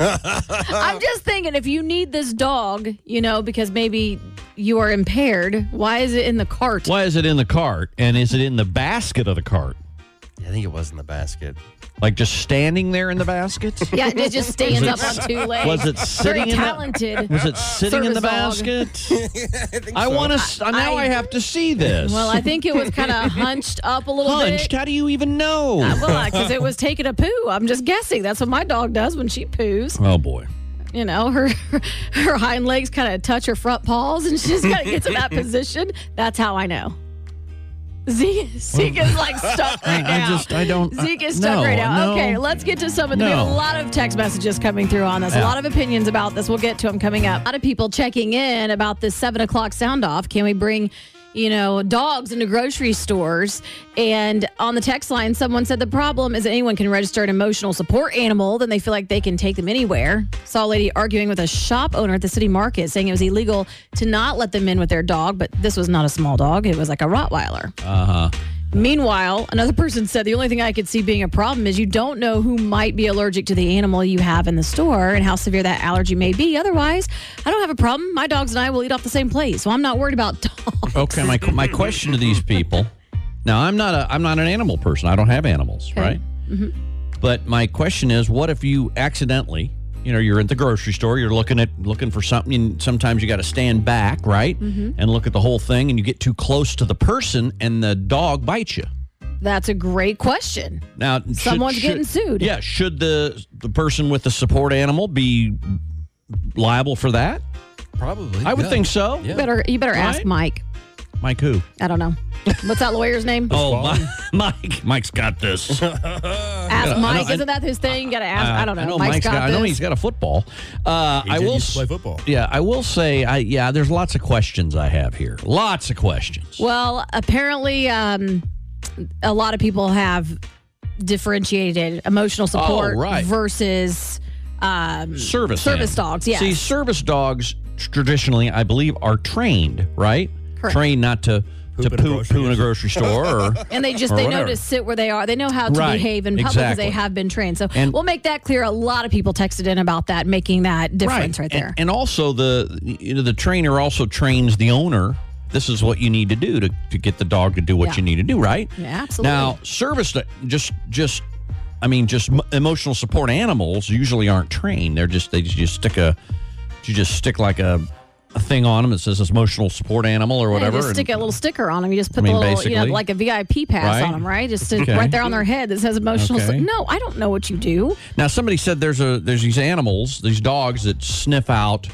I: I'm just thinking if you need this dog, you know, because maybe you are impaired, why is it in the cart?
M: Why is it in the cart? And is it in the basket of the cart?
O: I think it was in the basket.
M: Like just standing there in the basket?
I: Yeah, it just stands up on two legs.
M: Was it
I: Very
M: sitting in
I: talented?
M: the, Was it sitting in the
I: service dog.
M: basket? I, want to. Now I, have to see this.
I: Well, I think it was kind of hunched up a little
M: Hunched?
I: bit.
M: How do you even know?
I: Uh, well, because it was taking a poo. I'm just guessing. That's what my dog does when she poos.
M: oh boy.
I: You know, her her hind legs kind of touch her front paws, and she just kind of gets in that position. That's how I know. Zeke, Zeke is like stuck right
M: I
I: now.
M: just. I don't.
I: Zeke is stuck
M: no,
I: right now.
M: no.
I: Okay, let's get to some of the. We have a
M: No.
I: lot of text messages coming through on this. A
M: Yeah.
I: lot of opinions about this. We'll get to them coming up. A lot of people checking in about this seven o'clock sound off. Can we bring you know, dogs into grocery stores. And on the text line, someone said the problem is that anyone can register an emotional support animal, then they feel like they can take them anywhere. Saw a lady arguing with a shop owner at the city market saying it was illegal to not let them in with their dog, but this was not a small dog, it was like a Rottweiler.
M: Uh huh.
I: Meanwhile, another person said the only thing I could see being a problem is you don't know who might be allergic to the animal you have in the store and how severe that allergy may be. Otherwise, I don't have a problem. My dogs and I will eat off the same plate, so I'm not worried about dogs.
M: Okay, my my question to these people. Now, I'm not a I'm not an animal person. I don't have animals,
I: Okay.
M: right?
I: Mhm.
M: But my question is, what if you accidentally, you know, you're at the grocery store, you're looking at looking for something, and sometimes you got to stand back, right,
I: Mhm.
M: and look at the whole thing, and you get too close to the person, and the dog bites you.
I: That's a great question.
M: Now, should-
I: Someone's
M: should-
I: getting sued.
M: Yeah, should the the person with the support animal be liable for that?
U: Probably.
M: I would
I: yeah.
M: think so.
I: You better you better ask
M: Right?
I: Mike.
M: Mike who?
I: I don't know. What's that lawyer's name?
M: Oh, Mi- Mike. Mike's got this.
I: ask Mike.
M: I know,
I: Isn't that his thing? You gotta ask. I, don't know.
M: Uh, I know
I: Mike's
M: Mike's got. I know
I: this.
M: he's got a football. Uh,
U: He
M: I
U: did
M: will
U: used to
M: s-
U: play football.
M: Yeah, I will say. I yeah. There's lots of questions I have here. Lots of questions.
I: Well, apparently, um, a lot of people have differentiated emotional support
M: Oh, right.
I: versus um,
M: Service
I: service
M: animals.
I: dogs. Yeah,
M: See, service dogs traditionally, I believe, are trained right.
I: Correct.
M: Trained not to to poo, poo in a grocery store or
I: and they just
M: or
I: they know
M: whatever.
I: to sit where they are. They know how to
M: Right.
I: behave in public because
M: Exactly.
I: they have been trained. So
M: And-
I: we'll make that clear. A lot of people texted in about that, making that difference right,
M: And-
I: there.
M: And, also the you know the trainer also trains the owner. This is what you need to do to, to get the dog to do what
I: Yeah.
M: you need to do, right?
I: yeah, absolutely.
M: Now, service do- just just I mean just m- emotional support animals usually aren't trained. They're just they just stick a you just stick like a, a thing on them that says emotional support animal or
I: Yeah,
M: whatever.
I: just stick
M: and-
I: a little sticker on them. You just
M: I
I: put
M: mean,
I: the little, you know,
M: basically.
I: like a VIP pass
M: Right?
I: on them, right? Just to,
M: Okay.
I: right there on their head that says emotional. su-
M: Okay.
I: no, I don't know what you do.
M: Now somebody said there's a there's these animals, these dogs that sniff out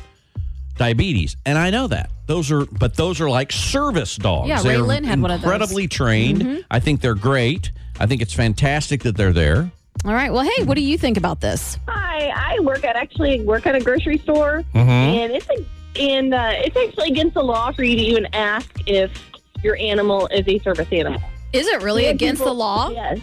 M: diabetes, and I know that those are, but those are like service dogs.
I: Yeah,
M: They
I: Ray
M: are
I: Lynn had one of those.
M: Incredibly trained.
I: Mhm.
M: I think they're great. I think it's fantastic that they're there.
I: All right. Well, hey, what do you think about this?
O: Hi, I work at actually work at a grocery store,
M: Mhm.
O: and it's a, and uh, it's actually against the law for you to even ask if your animal is a service animal.
I: Is it really
O: We have
I: against
O: people-
I: the law?
O: Yes,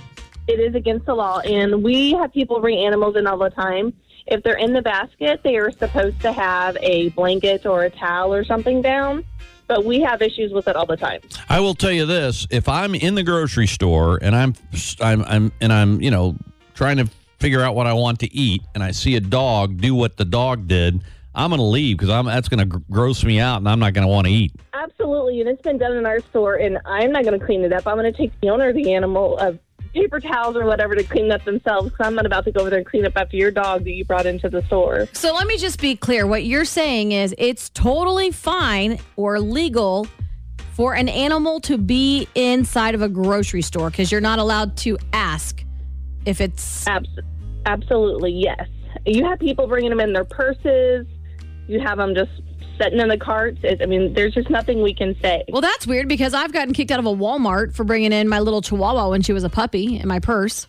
O: it is against the law, and we have people bring animals in all the time. If they're in the basket, they are supposed to have a blanket or a towel or something down. But we have issues with it all the time.
M: I will tell you this: if I'm in the grocery store and I'm I'm, I'm and I'm you know trying to figure out what I want to eat, and I see a dog do what the dog did, I'm going to leave because I'm that's going to gross me out, and I'm not going to want to eat.
O: Absolutely, and it's been done in our store, and I'm not going to clean it up. I'm going to take the owner of the animal of paper towels or whatever to clean up themselves. 'cause I'm not about to go over there and clean up after your dog that you brought into the store.
I: So let me just be clear. What you're saying is it's totally fine or legal for an animal to be inside of a grocery store because you're not allowed to ask if it's.
O: Abs- absolutely, yes. You have people bringing them in their purses. You have them just sitting in the carts. It, I mean, there's just nothing we can say.
I: Well, that's weird because I've gotten kicked out of a Walmart for bringing in my little chihuahua when she was a puppy in my purse.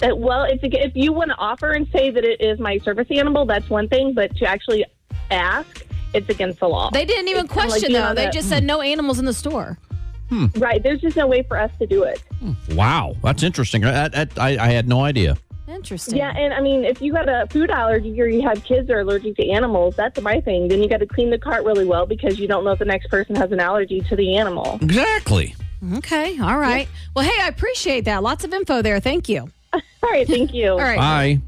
O: That, well, if, if you want to offer and say that it is my service animal, that's one thing. But to actually ask, it's against the law.
I: They didn't even
O: It's kinda like
I: question,
O: being
I: though.
O: on
I: They
O: a-
I: just said no animals in the store.
O: Right. There's just no way for us to do it.
M: Wow, that's interesting. That, that, I, I had no idea.
I: Interesting.
O: Yeah, and I mean, if you got a food allergy or you have kids that are allergic to animals, that's my thing. Then you got to clean the cart really well because you don't know if the next person has an allergy to the animal.
M: Exactly.
I: Okay. All right. Well, hey, I appreciate that. Lots of info there. Thank you.
O: All right. Thank you. All
I: right.
M: Hi.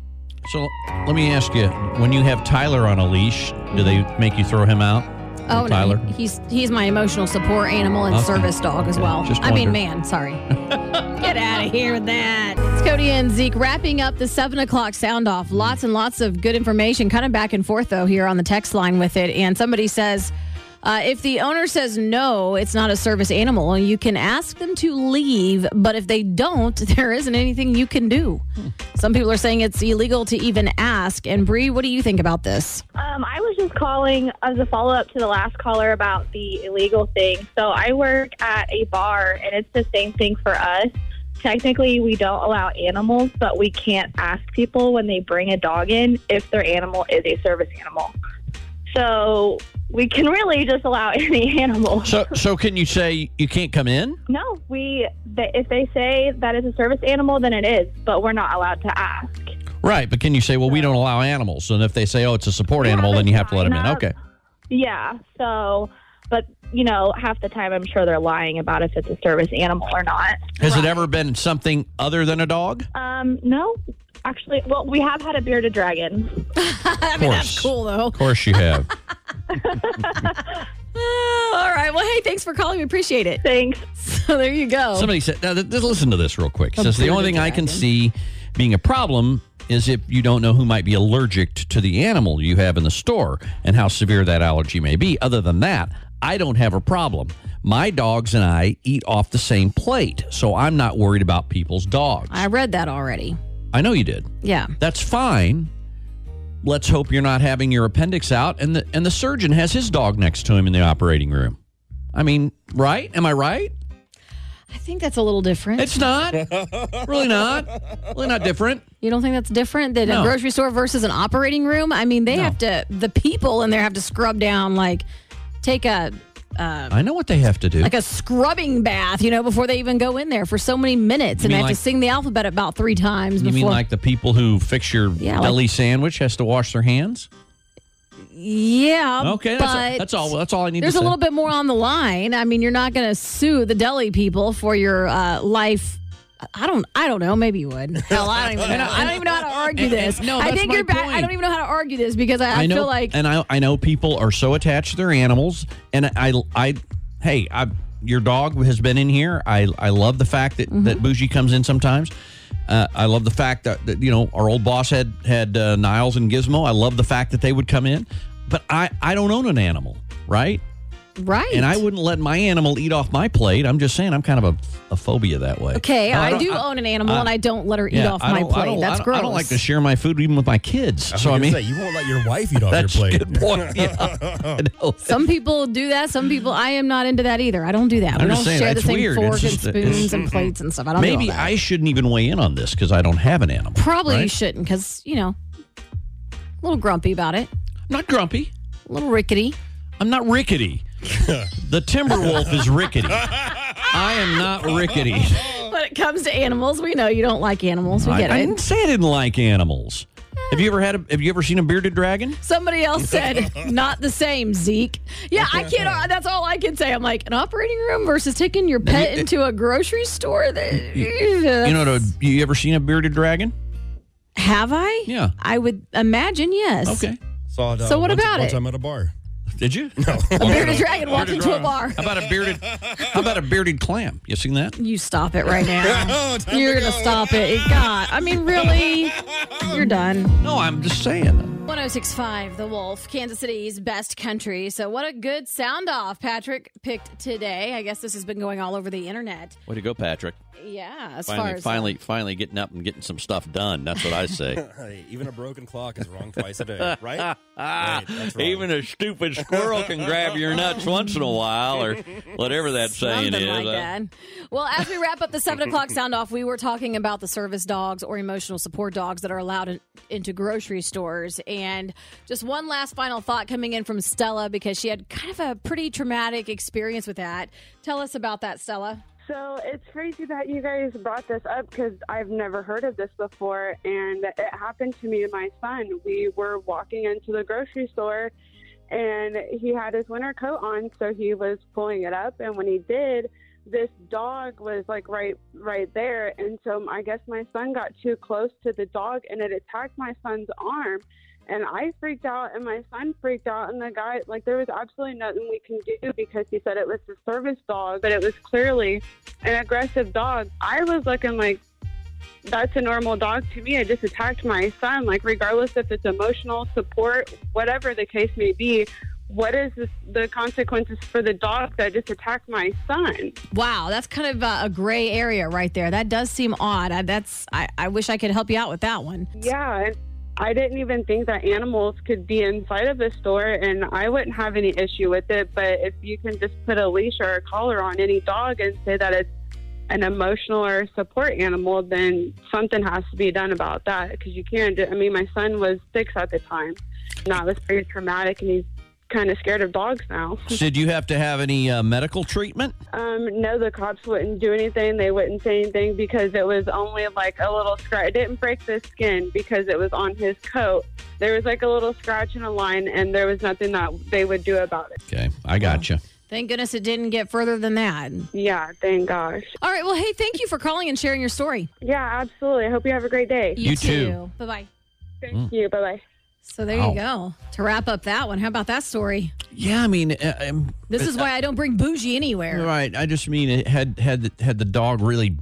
M: So let me ask you: When you have Tyler on a leash, do they make you throw him out?
I: Oh no,
M: Tyler.
I: he's he's my emotional support animal and
M: Okay.
I: service dog as well.
M: Just
I: I mean,
M: wondered.
I: man, sorry. Get out of here with that. It's Cody and Zeke wrapping up the seven o'clock sound off. Lots and lots of good information, kind of back and forth though here on the text line with it. And somebody says. Uh, if the owner says no, it's not a service animal. You can ask them to leave, but if they don't, there isn't anything you can do.
M: Hmm.
I: Some people are saying it's illegal to even ask. And Bree, what do you think about this?
V: Um, I was just calling as a follow up to the last caller about the illegal thing. So I work at a bar, and it's the same thing for us. Technically, we don't allow animals, but we can't ask people when they bring a dog in if their animal is a service animal.
W: So we can really just allow any animal.
M: So, so can you say you can't come in?
W: No, we th- if they say that it's a service animal, then it is, but we're not allowed to ask.
M: Right, but can you say, well, we don't allow animals? And if they say, oh, it's a support animal, then you have to let them in. Okay.
W: Yeah. So, but you know, half the time I'm sure they're lying about if it's a service animal or not.
M: Has it ever been something other than a dog?
W: Um, no, actually, well, we have had a bearded dragon.
I: I mean, that's cool though.
M: Of course you have.
I: Oh, all right. Well, hey, thanks for calling. We appreciate it.
W: Thanks.
I: So there you go.
M: Somebody said, now, th- just listen to this real quick.
I: A
M: Says the only
I: bearded
M: thing I can
I: dragon.
M: see being a problem is if you don't know who might be allergic t- to the animal you have in the store and how severe that allergy may be. Other than that, I don't have a problem. My dogs and I eat off the same plate, so I'm not worried about people's dogs.
I: I read that already.
M: I know you did.
I: Yeah.
M: That's fine. Let's hope you're not having your appendix out and the and the surgeon has his dog next to him in the operating room. I mean, right? Am I right?
I: I think that's a little different.
M: It's not. really not. Really not different.
I: You don't think that's different than
M: No.
I: a grocery store versus an operating room? I mean, they have to the people in there have to scrub down like take a uh,
M: I know what they have to do.
I: like a scrubbing bath, you know, before they even go in there for so many minutes,
M: You
I: and
M: mean
I: they have
M: like-
I: to sing the alphabet about three times.
M: you
I: before.
M: mean like the people who fix your
I: Yeah, like-
M: deli sandwich has to wash their hands?
I: yeah,
M: okay,
I: Um, but
M: that's, that's all. That's all I need.
I: There's
M: to
I: a
M: say.
I: little bit more on the line. I mean, you're not going to sue the deli people for your uh, life. I don't. I don't know. Maybe you would. Hell, I don't even know. I don't even know how to argue
M: And- and-
I: this.
M: no,
I: I
M: that's
I: think
M: my
I: you're back. I
M: point.
I: don't even know how to argue this because I, I,
M: know,
I: feel like
M: and I, I know people are so attached to their animals, and I, I, hey, I, your dog has been in here. I, I love the fact that
I: Mm-hmm.
M: that Bougie comes in sometimes. Uh, I love the fact that, that you know our old boss had had uh, Niles and Gizmo. I love the fact that they would come in, but I, I don't own an animal, right?
I: right.
M: And I wouldn't let my animal eat off my plate. I'm just saying, I'm kind of a, a phobia that way.
I: Okay,
M: No,
I: I,
M: don't-
I: do own an animal,
M: I-
I: and I don't let her eat
M: yeah,
I: off
M: I
I: my
M: don't- I
I: plate.
M: don't-
I: That's
M: I don't-
I: gross.
M: I don't like to share my food even with my kids. so I mean,
X: you won't let your wife eat off your
M: that's a
X: plate.
M: good point. Yeah. I know.
I: Some people do that. Some people. I am not into that either. I don't do that.
M: I'm
I: we
M: just
I: don't
M: saying,
I: share the
M: it's
I: same
M: weird. It's
I: fork
M: just-
I: and
M: it's-
I: spoons and plates and stuff. I don't do all
M: Maybe
I: that.
M: I shouldn't even weigh in on this because I don't have an animal.
I: Probably you
M: right?
I: shouldn't because, you know, a little grumpy about it.
M: I'm not grumpy.
I: A little rickety.
M: I'm not rickety. the timber wolf is rickety. I am not rickety.
I: When it comes to animals, we know you don't like animals. We
M: I,
I: get
M: I
I: it.
M: didn't say I didn't like animals. Have you ever had? A, have you ever seen a bearded dragon?
I: Somebody else said, not the same, Zeke. Yeah, I can't. uh, That's all I can say. I'm like, an operating room versus taking your pet into a grocery store? that-
M: You know, what a- you ever seen a bearded dragon?
I: Have I?
M: Yeah.
I: I would imagine yes.
M: Okay.
X: Saw it, uh,
I: So what
X: once-
I: about
X: once
I: it?
X: I'm at a bar.
M: Did you? No.
I: A bearded dragon walked into a bar.
M: How about a bearded? How about a bearded clam? You seen that?
I: You stop it right now. You're going to stop it. It got. I mean, really? You're done.
M: No, I'm just saying.
I: 1065 The Wolf, Kansas City's best country. So, what a good sound off Patrick picked today. I guess this has been going all over the internet.
M: Way to go, Patrick.
I: Yeah, as
M: finally,
I: far as
M: finally, finally getting up and getting some stuff done. That's what I say.
X: Hey, even a broken clock is wrong twice a day, right? Right, that's wrong.
M: Even a stupid squirrel can grab your nuts once in a while, or whatever that saying
I: something
M: is. Uh,
I: like that. Well, as we wrap up the 7 o'clock sound off, we were talking about the service dogs or emotional support dogs that are allowed in, into grocery stores. And just one last final thought coming in from Stella because she had kind of a pretty traumatic experience with that. Tell us about that, Stella.
O: So it's crazy that you guys brought this up because I've never heard of this before. And it happened to me and my son. We were walking into the grocery store and he had his winter coat on. So he was pulling it up. And when he did, this dog was like right right there and so i guess my son got too close to the dog and it attacked my son's arm and i freaked out and my son freaked out and the guy like there was absolutely nothing we can do because he said it was a service dog but it was clearly an aggressive dog i was looking like that's a normal dog to me. I just attacked my son. Like, regardless if it's emotional support, whatever the case may be, what is this, the consequences for the dog that just attacked my son?
I: Wow, that's kind of uh, a gray area right there. That does seem odd. I, that's I, I wish I could help you out with that one.
O: Yeah, and I didn't even think that animals could be inside of a store, and I wouldn't have any issue with it. But if you can just put a leash or a collar on any dog and say that it's an emotional or support animal, then something has to be done about that because you can't. do- I mean, my son was six at the time, and that was pretty traumatic, and he's
Y: kind of scared of dogs now.
M: Did you have to have any uh, medical treatment?
Y: Um, no, the cops wouldn't do anything. They wouldn't say anything because it was only like a little scratch. It didn't break the skin because it was on his coat. There was like a little scratch and a line, and there was nothing that they would do about it.
M: Okay, I got gotcha. you.
I: Thank goodness it didn't get further than that.
Y: Yeah, thank gosh.
I: All right. Well, hey, thank you for calling and sharing your story.
Y: Yeah, absolutely. I hope you have a great day.
M: You You too. too.
I: Bye bye.
Y: Thank
N: Mm.
Y: you. Bye bye.
I: So there you go. To wrap up that one, how about that story?
M: Yeah, I mean, uh, um,
I: This is why I don't bring bougie anywhere.
M: Right. I just mean it had had had the dog really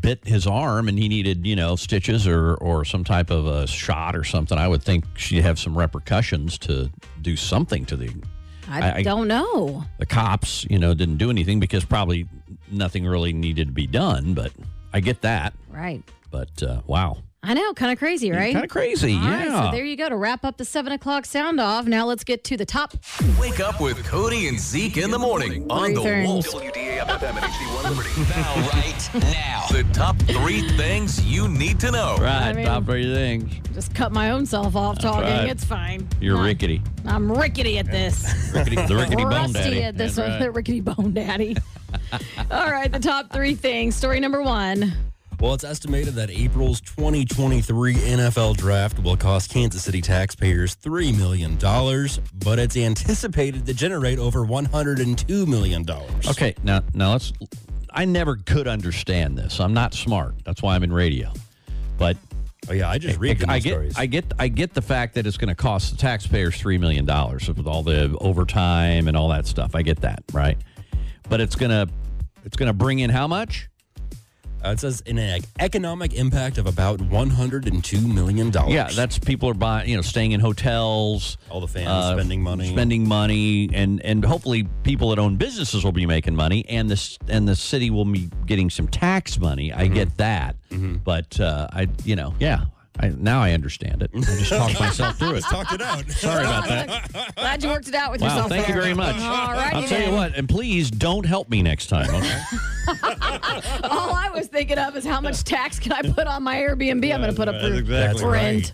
M: bit his arm and he needed you know stitches or or some type of a shot or something. I would think she'd have some repercussions to do something to the.
I: I, don't know.
M: The cops, you know, didn't do anything because probably nothing really needed to be done. But I get that.
I: Right.
M: But uh, wow.
I: I know. Kind of crazy, right?
M: Kinda crazy,
I: All right,
M: yeah.
I: so there you go. To wrap up the seven o'clock sound off. Now let's get to the top.
Z: Wake up with Cody and Zeke in the morning on the
I: Three
Z: Wolf. WDAFFM Liberty. Now, right now, the top three things you need to know.
M: Right,
I: I mean-
M: top three things.
I: Just cut my own self off talking.
M: right.
I: It's fine.
M: You're
I: I'm-
M: rickety.
I: I'm rickety at this.
M: Rickety- the rickety bone
I: Rusty
M: daddy.
I: at this
M: That's
I: one.
M: right.
I: The rickety bone daddy. All right, the top three things. Story number one.
N: Well, it's estimated that April's 2023 NFL draft will cost Kansas City taxpayers $3 million, but it's anticipated to generate over $102 million.
M: Okay, now now let's. I never could understand this. I'm not smart. That's why I'm in radio. But
N: oh yeah, I just read the
M: I
N: news
M: get,
N: stories.
M: I get I get the fact that it's going to cost the taxpayers three million dollars with all the overtime and all that stuff. I get that, right? But it's gonna it's gonna bring in how much?
N: Uh, it says an ec- economic impact of about $102 million.
M: Yeah, that's people are buying, you know, staying in hotels. All the
N: fans spending money.
M: spending money, and and hopefully people that own businesses will be making money, and this and the city will be getting some tax money.
N: Mm-hmm.
M: I get that, but uh, I, you know, yeah, I, now I understand it. I just talked myself through it.
N: Talked it out.
M: Sorry about that.
I: Glad you worked it out with
M: Wow,
I: yourself.
M: thank you
I: there.
M: very much.
I: All right.
M: I'll tell you what, and please don't help me next time. Okay?
I: All I was thinking of is how much tax can I put on my Airbnb? I'm going to put up for
N: That's
I: rent.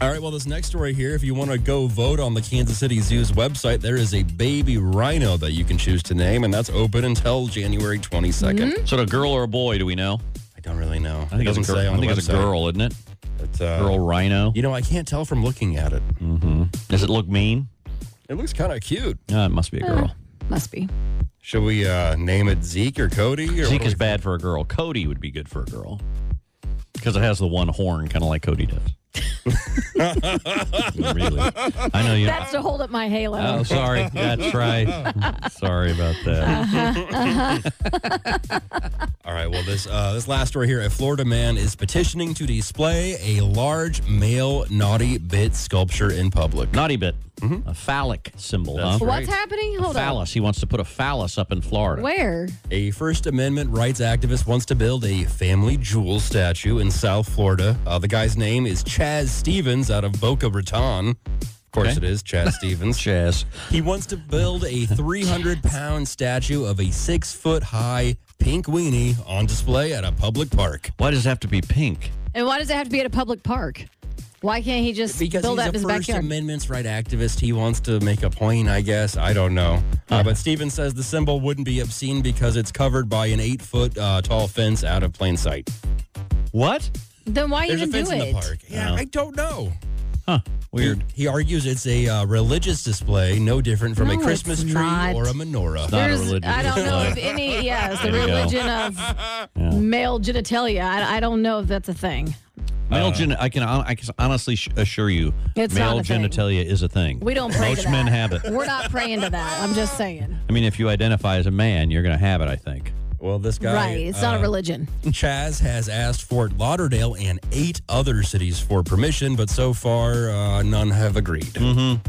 N: All right, well, this next story here, if you want to go vote on the Kansas City Zoo's website, there is a baby rhino that you can choose to name, and that's open until January 22nd.
M: So, a girl or a boy, do we know?
N: I don't really know.
M: I
N: it
M: think it's a
N: doesn't
M: girl.
N: say on
M: I
N: the
M: think it's a
N: website.
M: girl, isn't it?
N: It's, uh,
M: girl rhino.
N: You know, I can't tell from looking at it.
M: Mm-hmm. Does it look mean?
N: It looks kind of cute.
M: Uh, it must be a girl.
I: Must be.
N: Should we uh, name it Zeke or Cody? Or
M: Zeke is bad for a girl. Cody would be good for a girl because it has the one horn, kind of like Cody does. really? I know you.
I: That's to hold up my halo.
M: oh, sorry. That's right. sorry about that.
I: Uh-huh, uh-huh.
N: All right. Well, this uh, this last story here: a Florida man is petitioning to display a large male naughty bit sculpture in public.
M: Naughty bit, a phallic symbol. huh?
I: What's happening? Hold on.
M: Phallus. He wants to put a phallus up in Florida.
I: Where?
N: A First Amendment rights activist wants to build a family jewel statue in South Florida. Uh, the guy's name is Chaz Stevens out of Boca Raton. Of course, it is Chaz Stevens.
M: Chaz.
N: He wants to build a 300 pound statue of a six foot high pink weenie on display at a public park.
M: Why does it have to be pink?
I: And why does it have to be at a public park? Why can't he just
N: Because
I: build
N: he's
I: up
N: a
I: his
N: First
I: backyard?
N: Amendment's right activist. He wants to make a point, I guess. I don't know. Uh, but Stevens says the symbol wouldn't be obscene because it's covered by an eight foot uh, tall fence out of plain sight.
M: What?
I: Then why
N: There's
I: even
N: a fence
I: do
N: in the
I: it?
N: park. Yeah, I don't know.
M: Huh.
N: Weird. He, argues it's a uh, religious display, no different from
I: No,
N: a
I: it's
N: Christmas tree
I: not.
N: or a menorah.
M: It's not a There's- religious
I: I don't know if
M: display.
I: any, yeah, it's the
M: There you go.
I: religion of male genitalia. I, I don't know if that's a thing.
M: Male gen- I can I can honestly sh- assure you,
I: It's
M: male
I: not a thing.
M: genitalia is a thing.
I: We don't pray
M: Most
I: to that.
M: men have it.
I: We're not praying to that. I'm just saying.
M: I mean, if you identify as a man, you're going to have it. I think.
N: Well, this guy.
I: right. It's not a
N: uh,
I: religion.
N: Chaz has asked Fort Lauderdale and eight other cities for permission, but so far, uh, none have agreed. Mm-hmm.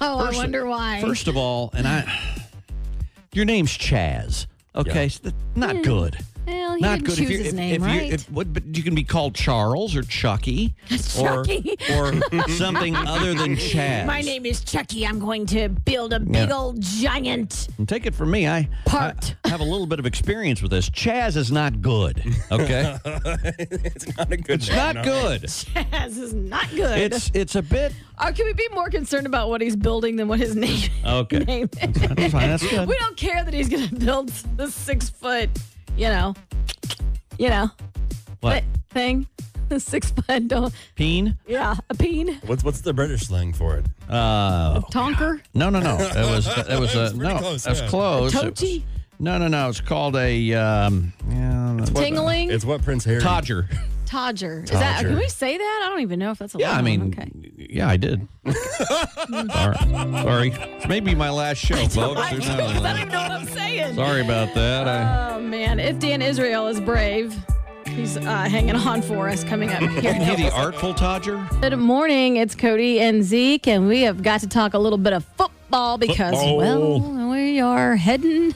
I: Oh, I wonder why.
M: First of all, and I, your name's Chaz. Okay,
N: Yeah.
M: so that- not good.
I: Well,
G: he didn't choose
M: you're-
G: his name,
M: you-
G: right?
M: if- what, but you can be called Charles or Chucky, or-
G: Chucky.
M: or something other than Chad.
G: My name is Chucky. I'm going to build a big
M: Yeah.
G: old giant.
M: And take it from me, I, Part. I have a little bit of experience with this. Chaz is not good. Okay,
N: it's not a good.
M: it's not good.
I: Chaz is not good.
M: It's it's a bit
I: Oh, can we be more concerned about what he's building than what his name
M: okay.
I: name is?
M: That's fine. That's good.
I: We don't care that he's going to build the six foot, you know, you know,
N: What?
I: thi- thing. The six foot, don't,
M: Peen?
I: yeah, a peen,
N: What's what's the British slang for it?
M: Uh,
I: tonker.
M: no, no, no. That was that was, uh,
N: It's pretty
M: no.
N: close,
M: that was
N: yeah.
M: close. It
I: Tochi?
M: was- no, no, no. It's called a um, yeah, that's what-
I: Tingling? It's
N: what Prince Harry.
M: Todger.
I: Todger. Is that,
M: Todger.
I: can we say that? I don't even know if that's a
M: Yeah,
I: law.
M: I mean,
I: Oh, okay.
M: yeah, I did. All right. Sorry. It's maybe my last show, folks. Who knows?
I: I don't know what I'm saying.
M: Sorry about that. I,
I: Oh, man. If Dan Israel is brave, he's uh, hanging on for us coming up here.
M: Isn't he the artful Todger?
I: Good morning. It's Cody and Zeke, and we have got to talk a little bit of football because,
M: Football.
I: well, we are heading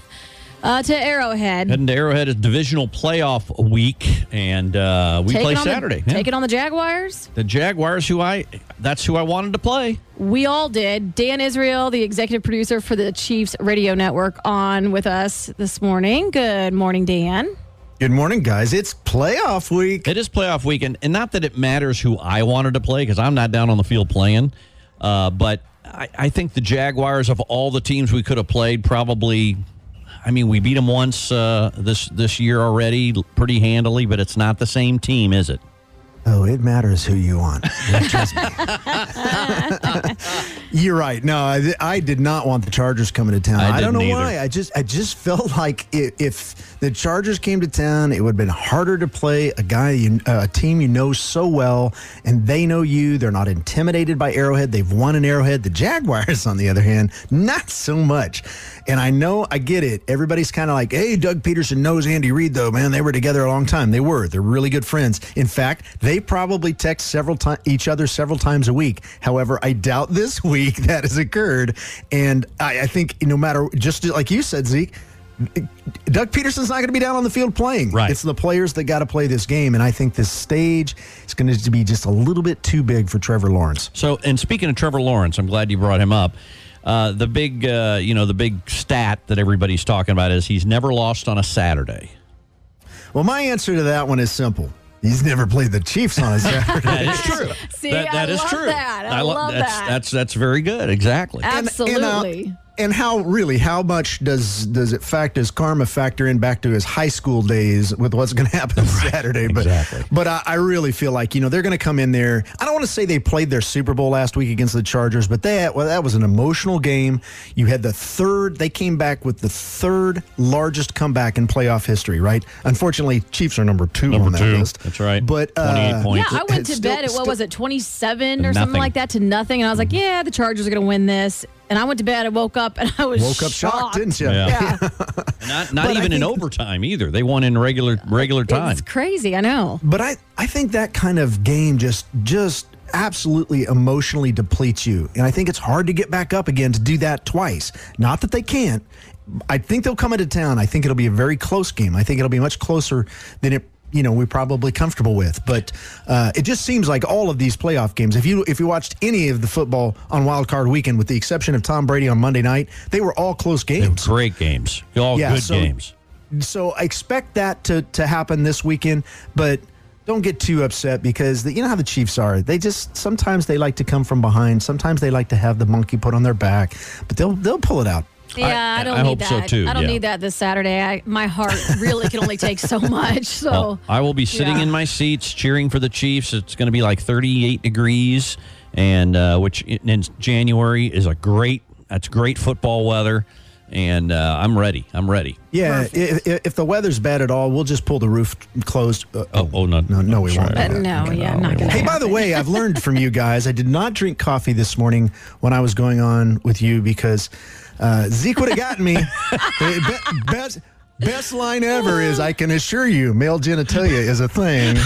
I: uh, to Arrowhead.
M: Heading to Arrowhead is divisional playoff week, and uh, we
I: Taking
M: play
I: on the-
M: Saturday. Yeah.
I: Taking on the Jaguars.
M: the Jaguars, who I that's who I wanted to play.
I: We all did. Dan Israel, the executive producer for the Chiefs Radio Network, on with us this morning. Good morning, Dan.
O: Good morning, guys. It's playoff week.
M: It is playoff week, and, and not that it matters who I wanted to play because I'm not down on the field playing, uh, but I, I think the Jaguars of all the teams we could have played, probably. I mean, we beat them once uh, this this year already, pretty handily, but it's not the same team, is it?
O: Oh, it matters who you want. Yeah, trust me. You're right. No, I, I did not want the Chargers coming to town.
M: I
O: I, don't know
M: didn't either.
O: why. I just I just felt like i if the Chargers came to town, it would have been harder to play a guy you, uh, a team you know so well, and they know you. They're not intimidated by Arrowhead. They've won an Arrowhead. The Jaguars, on the other hand, not so much. And I know I get it. Everybody's kind of like, hey, Doug Peterson knows Andy Reid though. Man, they were together a long time. They were. They're really good friends. In fact, they probably text several times each other several times a week. However, I doubt this week that has occurred. And I, I think no matter just like you said, Zeke. Doug Peterson's not going to be down on the field playing. Right. It's the players that got to play this game. And I think this stage is going to be just a little bit too big for Trevor Lawrence.
M: So, and speaking of Trevor Lawrence, I'm glad you brought him up. Uh, the big, uh, you know, the big stat that everybody's talking about is he's never lost on a Saturday.
O: Well, my answer to that one is simple. He's never played the Chiefs on a Saturday.
M: That is true.
I: See,
M: that, that
I: I
M: is
I: love
M: true.
I: that. I love
M: that's,
I: that.
M: That's that's very good. Exactly.
O: And, uh,
I: Absolutely.
O: and how really how much does does it fact does karma factor in back to his high school days with what's going to happen Saturday? But but I, I really feel like you know they're going to come in there. I don't want to say they played their Super Bowl last week against the Chargers, but that well that was an emotional game. You had the third they came back with the third largest comeback in playoff history. Right? Unfortunately, Chiefs are number two on that list.
M: That's right.
O: But
M: 28
O: uh,
M: points.
I: Yeah, I went to
O: Still-
I: bed at what
O: still-
I: was it, 27 or
M: Nothing.
I: something like that to nothing. And I was like, yeah, the Chargers are going to win this. And I went to bed, I woke up, and I was
O: Woke up shocked, didn't you?
M: Yeah.
I: Yeah.
M: Not not
O: But I
M: even in
O: think-
M: overtime either. They won in regular regular time.
I: It's crazy. I know.
O: But I, I think that kind of game just just absolutely emotionally depletes you. And I think it's hard to get back up again to do that twice. Not that they can't. I think they'll come into town. I think it'll be a very close game. I think it'll be much closer than it you know we're probably comfortable with but uh, it just seems like all of these playoff games if you if you watched any of the football on wild card weekend with the exception of tom brady on monday night they were all close games
M: Great games. All
O: Yeah,
M: good
O: so-
M: games.
O: so I expect that to to happen this weekend, but don't get too upset because the, you know how the Chiefs are. They just sometimes they like to come from behind. Sometimes they like to have the monkey put on their back, but they'll they'll pull it out.
I: Yeah, I, don't
M: I
I: need
M: hope
I: that.
M: so, too,
I: I don't
M: yeah.
I: need that this Saturday. I, my heart really can only take so much. So
M: Well, I will be sitting
I: yeah.
M: in my seats cheering for the Chiefs. It's going to be like 38 degrees, and uh, which in, in January is a great. That's great football weather, and uh, I'm ready. I'm ready.
O: Yeah, if, if if the weather's bad at all, we'll just pull the roof closed. Uh,
M: Oh, oh no,
O: no, no, we won't. do
I: Uh,
O: that.
I: no, yeah, I'm
M: Oh.
I: not going to.
O: Hey, by the way, I've learned from you guys. I did not drink coffee this morning when I was going on with you because uh, Zeke would have gotten me. Uh, bet, bet- Best line ever is I can assure you, male genitalia is a thing.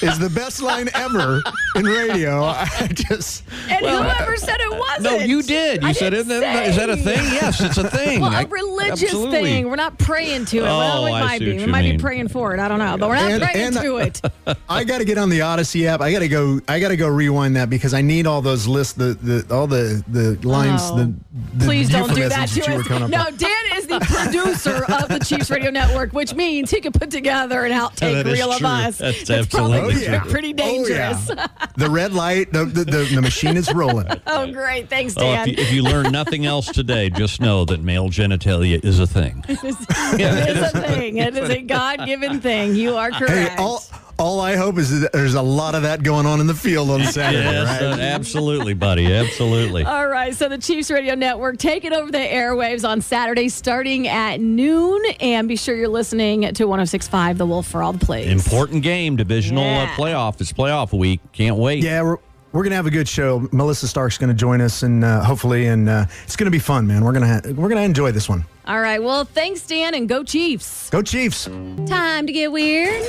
O: Is the best line ever in radio. I just
I: And whoever said it wasn't.
M: No, you did. You
I: I
M: said,
I: didn't
M: "Isn't that- is that a
I: say."
M: thing?" Yes, it's a thing.
I: Well,
M: I-
I: a religious
M: absolutely.
I: thing. We're not praying to it.
M: Oh,
I: well, we
M: I
I: might
M: see
I: be.
M: what
I: We
M: you
I: might
M: mean.
I: be praying for it. I don't know, but we're not
O: And-
I: praying
O: and-
I: to it.
O: I got to get on the Odyssey app. I got to go. I got to go rewind that because I need all those lists, the, the all the the lines,
I: Oh.
O: the, the
I: Please don't do that
O: euphemisms
I: to
O: you were coming
I: us.
O: up
I: No,
O: with.
I: Dan is the producer of the Chiefs Radio Network, which means he can put together an outtake
O: That is
I: reel of
O: true.
I: us.
O: That's
I: probably
O: absolutely true.
I: pretty dangerous. Oh,
O: the red light. The, the, the, the machine is rolling.
I: great. Thanks,
M: Oh, if,
I: Dan.
M: you, if you learn nothing else today, just know that male genitalia is a thing.
I: it is a thing. It is a God given thing. You are correct.
O: Hey, all all I hope is that there's a lot of that going on in the field on Saturday,
M: Yes,
O: right?
M: uh, absolutely, buddy. Absolutely.
I: All right, so the Chiefs Radio Network taking over the airwaves on Saturday starting at noon. And be sure you're listening to 1065 The Wolf for all the plays.
M: Important game, divisional
I: Yeah.
M: uh, playoff. It's playoff week. Can't wait.
O: Yeah, we're we're gonna have a good show. Melissa Stark's gonna join us, and uh, hopefully, and uh, it's gonna be fun, man. We're gonna ha- we're gonna enjoy this one.
I: All right, well, thanks, Dan, and go Chiefs.
O: Go Chiefs.
I: Time to get weird.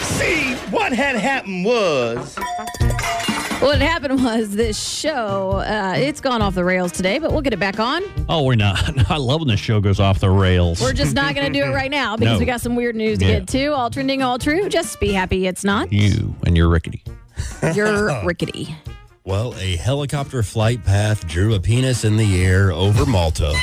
A: See, what had happened was.
I: What happened was this show, uh, it's gone off the rails today, but we'll get it back on.
M: Oh, we're not. I love when the show goes off the rails.
I: We're just not going to do it right now because
M: No.
I: we got some weird news to
M: Yeah.
I: get to. All trending, all true. Just be happy it's not.
M: you and you're rickety.
I: You're rickety.
N: Well, a helicopter flight path drew a penis in the air over Malta.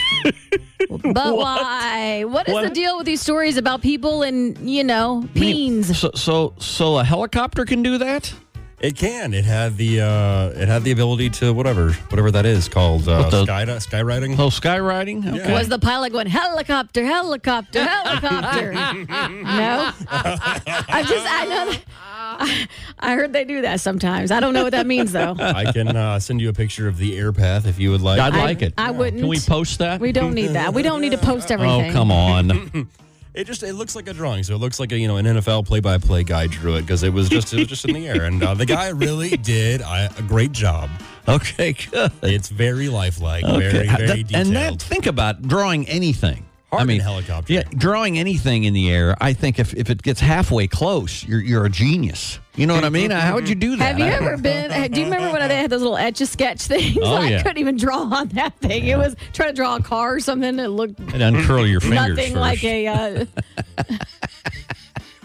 I: But why? What is the deal with these stories about people and, you know, peens?
M: So, so, so a helicopter can do that?
N: It can. It had the uh, it had the ability to whatever whatever that is called uh,
M: What the-
N: sky skywriting.
M: Oh, skywriting. Okay.
I: Was the pilot going helicopter, helicopter, helicopter? no, I just I know. That, I, I heard they do that sometimes. I don't know what that means though.
N: I can uh, send you a picture of the air path if you would like.
M: I'd like it.
I: I wouldn't.
M: Can we post that?
I: We don't need that. We don't need to post everything.
M: Oh, come on.
N: It just it looks like a drawing, so it looks like a you know an NFL play by play guy drew it because it was just it was just in the air, and uh, the guy really did I, a great job.
M: Okay, good.
N: It's very lifelike, very
M: Uh,
N: very
M: that-
N: detailed.
M: and that think about drawing anything.
N: Hard
M: I mean,
N: in a helicopter.
M: Yeah, drawing anything in the air. I think if, if it gets halfway close, you're you're a genius. You know what I mean? How would you do that?
I: Have you
M: I-
I: ever been? eh, Do you remember when they had those little etch a sketch things?
M: Oh,
I: I
M: yeah.
I: couldn't even draw on that thing. It was trying to draw a car or something. It looked
M: And uncurl your fingers
I: nothing
M: first.
I: like a.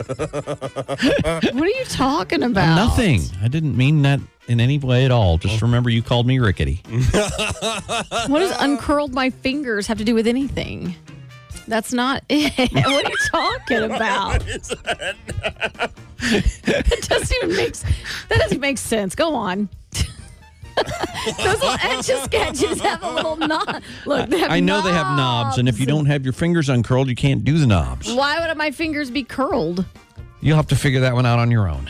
I: Uh, what are you talking about?
M: Nothing. I didn't mean that in any way at all. Just remember, you called me rickety.
I: What does uncurled my fingers have to do with anything? That's not it. what are you talking about? that doesn't even make s- that doesn't make sense. Go on. Those little etch a sketches have a little knot. Look, they have
M: I know they have knobs, and if you don't have your fingers uncurled, you can't do the knobs.
I: Why would my fingers be curled?
M: You'll have to figure that one out on your own.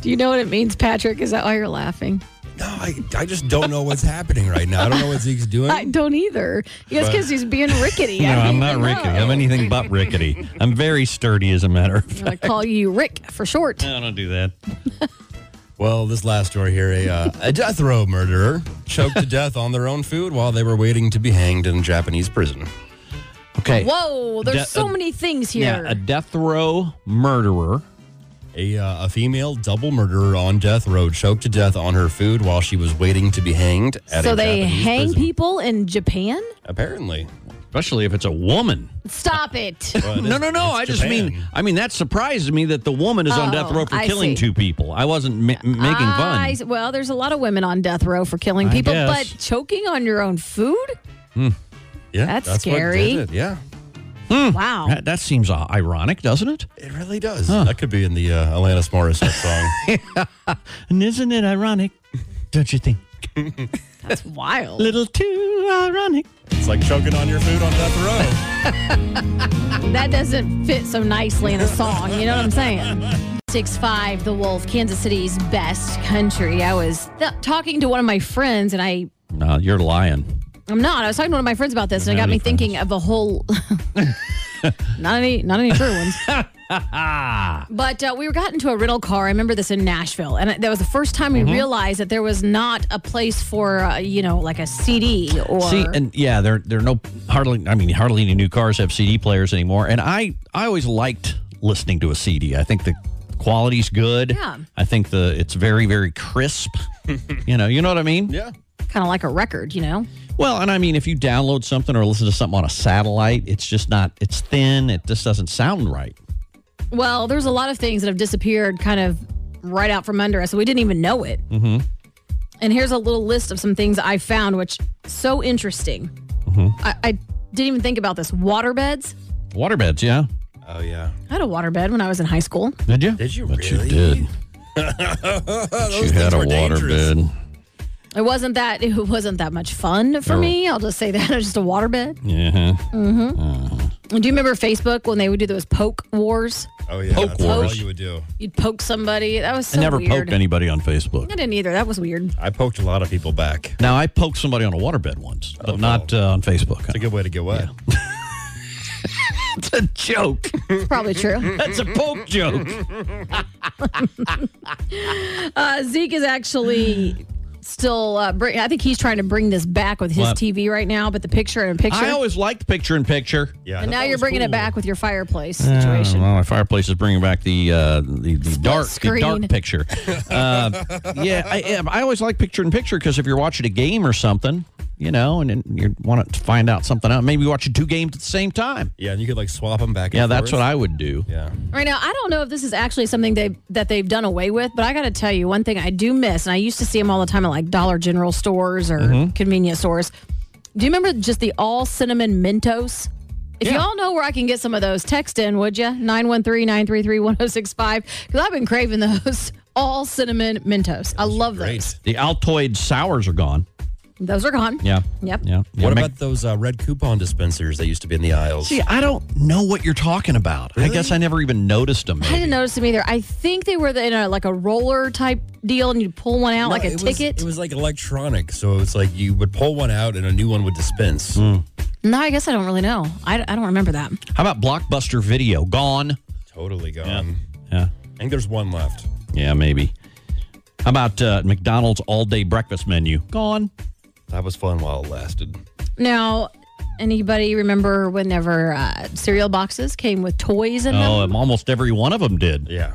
I: Do you know what it means, Patrick? Is that why you're laughing?
N: no, I, I just don't know what's happening right now. I don't know what Zeke's doing.
I: I don't either. Yes,
N: But-
I: because he's being rickety.
M: no,
I: I don't
M: I'm not
I: even know.
M: rickety. I'm anything but rickety. I'm very sturdy, as a matter of
I: I'm
M: fact.
I: gonna call you Rick for short.
M: No, don't do that.
N: Well, this last story here, a, uh, a death row murderer choked to death on their own food while they were waiting to be hanged in a Japanese prison.
M: Okay.
I: Whoa, there's
N: De-
I: so
N: a-
I: many things
N: yeah,
I: here.
M: a death row murderer.
N: A, uh, a female double murderer on death row choked to death on her food while she was waiting to be hanged at
I: so
N: a
I: they
N: Japanese
I: hang
N: prison.
I: people in Japan?
N: Apparently.
M: Especially if it's a woman.
I: Stop it.
M: no, no, no. I just
N: Japan.
M: mean, I mean that surprised me that the woman is on death
I: Oh,
M: row for
I: I
M: killing
I: see.
M: two people. I wasn't ma- making fun.
I: I- well, there's a lot of women on death row for killing
M: I
I: people,
M: guess.
I: but choking on your own food?
N: Yeah,
I: That's
N: what
I: scary.
N: did it, Yeah,
I: Wow.
M: Hmm. That, that seems uh, ironic, doesn't it?
N: it really does. That could be in the uh, Alanis Morissette song.
M: And isn't it ironic? Don't you think?
I: That's wild.
M: Little too ironic.
N: it's like choking on your food on death row.
I: That doesn't fit so nicely in a song. You know what I'm saying? Six five, the wolf, Kansas City's best country. I was th- talking to one of my friends, and I
M: No, you're lying.
I: I'm not. I was talking to one of my friends about this, and it
M: How
I: got me
M: many
I: thinking of a whole. not any, not any true ones.
M: Ah.
I: But uh, we were got into a rental car. I remember this in Nashville, and that was the first time we
M: Mhm.
I: realized that there was not a place for uh, you know like a CD or
M: See, and yeah, there there are no hardly. I mean, hardly any new cars have CD players anymore. And I I always liked listening to a CD. I think the quality's good.
I: Yeah.
M: I think the it's very very crisp. you know, you know what I mean? Yeah.
I: kind of like a record, you know.
M: Well, and I mean, if you download something or listen to something on a satellite, it's just not. It's thin. It just doesn't sound right.
I: Well, there's a lot of things that have disappeared kind of right out from under us, so we didn't even know it.
M: Mm-hmm.
I: And here's a little list of some things I found, which so interesting.
M: Mm-hmm.
I: I, I didn't even think about this. Waterbeds.
M: Waterbeds, yeah.
N: Oh yeah.
I: I had a waterbed when I was in high school.
M: Did you? Did
N: you
M: But you did.
N: Those
M: you had
N: things
M: a
N: were dangerous.
M: waterbed.
I: It wasn't that it wasn't that much fun for
M: Oh.
I: me. I'll just say that. It was just a waterbed.
M: Yeah.
I: Mm-hmm. Do you remember Facebook when they would do those poke wars?
N: Oh yeah.
M: Poke
N: that's all
M: wars.
N: you would do.
I: You'd poke somebody. That was so
M: I never
I: weird.
M: poked anybody on Facebook.
I: I didn't either. That was weird.
N: I poked a lot of people back.
M: Now I poked somebody on a waterbed once, but not uh, on Facebook. It's a
N: good way to get wet.
M: it's a joke.
I: It's probably true.
M: That's a poke joke.
I: Uh, Zeke is actually still. Uh, bring, I think he's trying to bring this back with his
M: What?
I: TV right now. But the picture in picture.
M: I always liked picture in picture. Yeah.
I: and now you're bringing it back with your fireplace
M: Uh,
I: situation.
M: well, my fireplace is bringing back the uh, the, the dark the
I: screen.
M: dark picture. uh, yeah, I, I always like picture in picture because if you're watching a game or something, you know, and, then you want to find out something out, maybe watching two games at the same time.
N: Yeah, and you could like swap them back. And
M: Yeah, that's
N: forth.
M: what I would do.
N: Yeah.
I: Right now, I don't know if this is actually something they that they've done away with, but I got to tell you one thing I do miss, and I used to see them all the time at like Dollar General stores or
N: Mm-hmm.
M: Mhm.
I: convenience stores. Do you remember just the all cinnamon Mentos? If you all know where I can get some of those, text in, would you? 913-933-1065 cuz I've been craving those all cinnamon Mentos. I love those.
M: The Altoid sours are gone.
I: Those are gone.
M: Yeah.
I: Yep.
M: Yeah.
N: What about those uh, red coupon dispensers that used to be in the aisles?
M: See, I don't know what you're talking about. I guess I never even noticed them.
I: I didn't notice them either. I think they were the, in a, like a roller type deal, and you'd pull one out
N: No,
I: like a
N: it was-
I: ticket.
N: it was like electronic, so it's like you would pull one out and a new one would dispense.
I: no, I guess I don't really know. I, I don't remember that.
M: How about Blockbuster Video? Gone.
N: Totally gone.
M: Yeah.
N: I think there's one left.
M: Yeah, maybe. How about uh, McDonald's all day breakfast menu? Gone.
N: That was fun while it lasted.
I: Now, anybody remember whenever uh, cereal boxes came with toys in
M: Oh,
I: them?
M: um, almost every one of them did.
N: Yeah.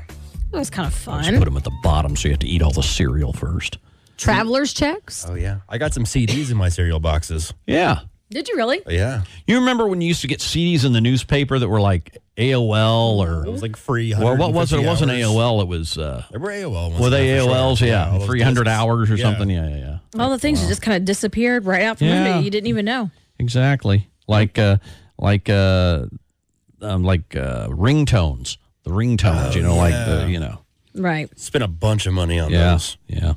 I: It was kind of
M: Just
I: fun.
M: put them at the bottom so you have to eat all the cereal first.
I: Traveler's checks.
N: Oh yeah. I got some CDs in my cereal boxes.
M: Yeah.
I: Did you really?
N: Yeah.
M: You remember when you used to get CDs in the newspaper that were like AOL or
N: It was like free.
M: Well, what was it? It wasn't
N: 150
M: AOL. It was uh,
N: There were AOL ones.
M: were they
N: yeah, for sure.
M: AOLs?
N: all
M: Yeah,
N: those
M: three hundred
N: discs.
M: hours or
N: Yeah.
M: something. Yeah, yeah, yeah.
I: All the things that just kind of disappeared right out from
M: Yeah.
I: under you. You didn't even know.
M: Exactly. Like uh like uh um, like uh ringtones. The
N: Oh,
M: ringtones, you know, like the you know.
I: Right.
N: Spent a bunch of money on
M: Yeah.
N: those.
M: Yeah.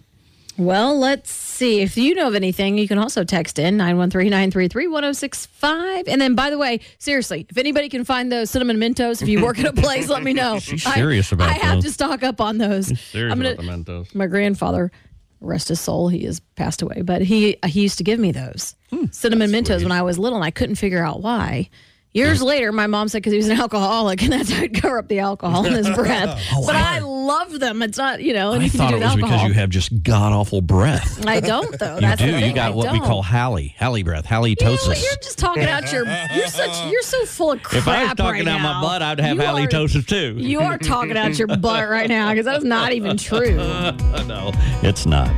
I: Well, let's see. If you know of anything, you can also text in 913 933 1065. And then, by the way, seriously, if anybody can find those cinnamon Mentos, if you work at a place, let me know.
M: She's
I: I-
M: serious about
I: I have
M: those.
I: to stock up on those.
M: Serious
I: I'm gonna-
M: about the Mentos.
I: my grandfather rest his soul he has passed away but he he used to give me those
M: Hmm,
I: cinnamon mentos when i was little and i couldn't figure out why years
M: Hmm.
I: later my mom said because he was an alcoholic and that's how he'd cover up the alcohol in his breath but i love them it's not you know
M: Oh, I
I: anything
M: thought
I: to
M: it
I: do
M: was
I: with
M: because
I: alcohol
M: you have just god awful breath.
I: i don't though
M: You
I: that's
M: do.
I: the thing.
M: You got
I: I
M: what we
I: don't.
M: call Hallie, Hallie breath,
I: You know,
M: halitosis.
I: you're just talking out your you're such you're so full of crap
M: if I was talking
I: right
M: out my
I: now.
M: butt, I'd have
I: You are-
M: halitosis too.
I: you are talking out your butt right now because that's not even true
M: no, it's not.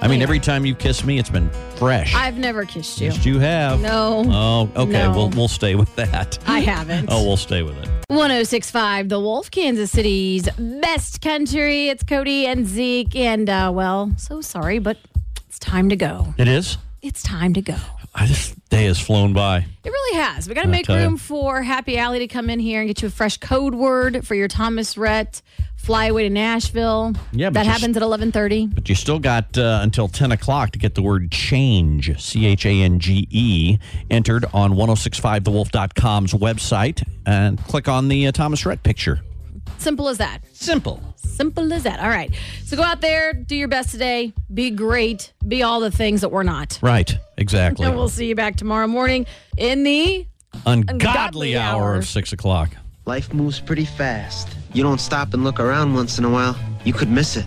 M: I mean, every time you kiss me, it's been fresh.
I: i've never kissed you
M: Yes, you have.
I: No.
M: Oh, okay.
I: No.
M: We'll we'll stay with that.
I: i haven't
M: Oh, we'll stay with it.
I: 1065 The Wolf, Kansas City's best country. It's Cody and Zeke. And, uh, well, so sorry, but it's time to go.
M: It is.
I: It's time to go.
M: I, this day has flown by.
I: It really has. We got to
M: I'll
I: make
M: tell you.
I: room for Happy Alley to come in here and get you a fresh code word for your Thomas Rhett fly away to Nashville.
M: Yeah, but
I: that
M: you're
I: happens at 11:30.
M: But you still got uh, until 10 o'clock to get the word change, C H A N G E, entered on 1065thewolf.com's website and click on the uh, Thomas Rhett picture.
I: Simple as that.
M: Simple.
I: Simple as that. All right. So go out there, do your best today, be great, be all the things that we're not.
M: Right. Exactly.
I: And we'll see you back tomorrow morning in the
M: ungodly hour of six o'clock.
B: Life moves pretty fast. You don't stop and look around once in a while, you could miss it.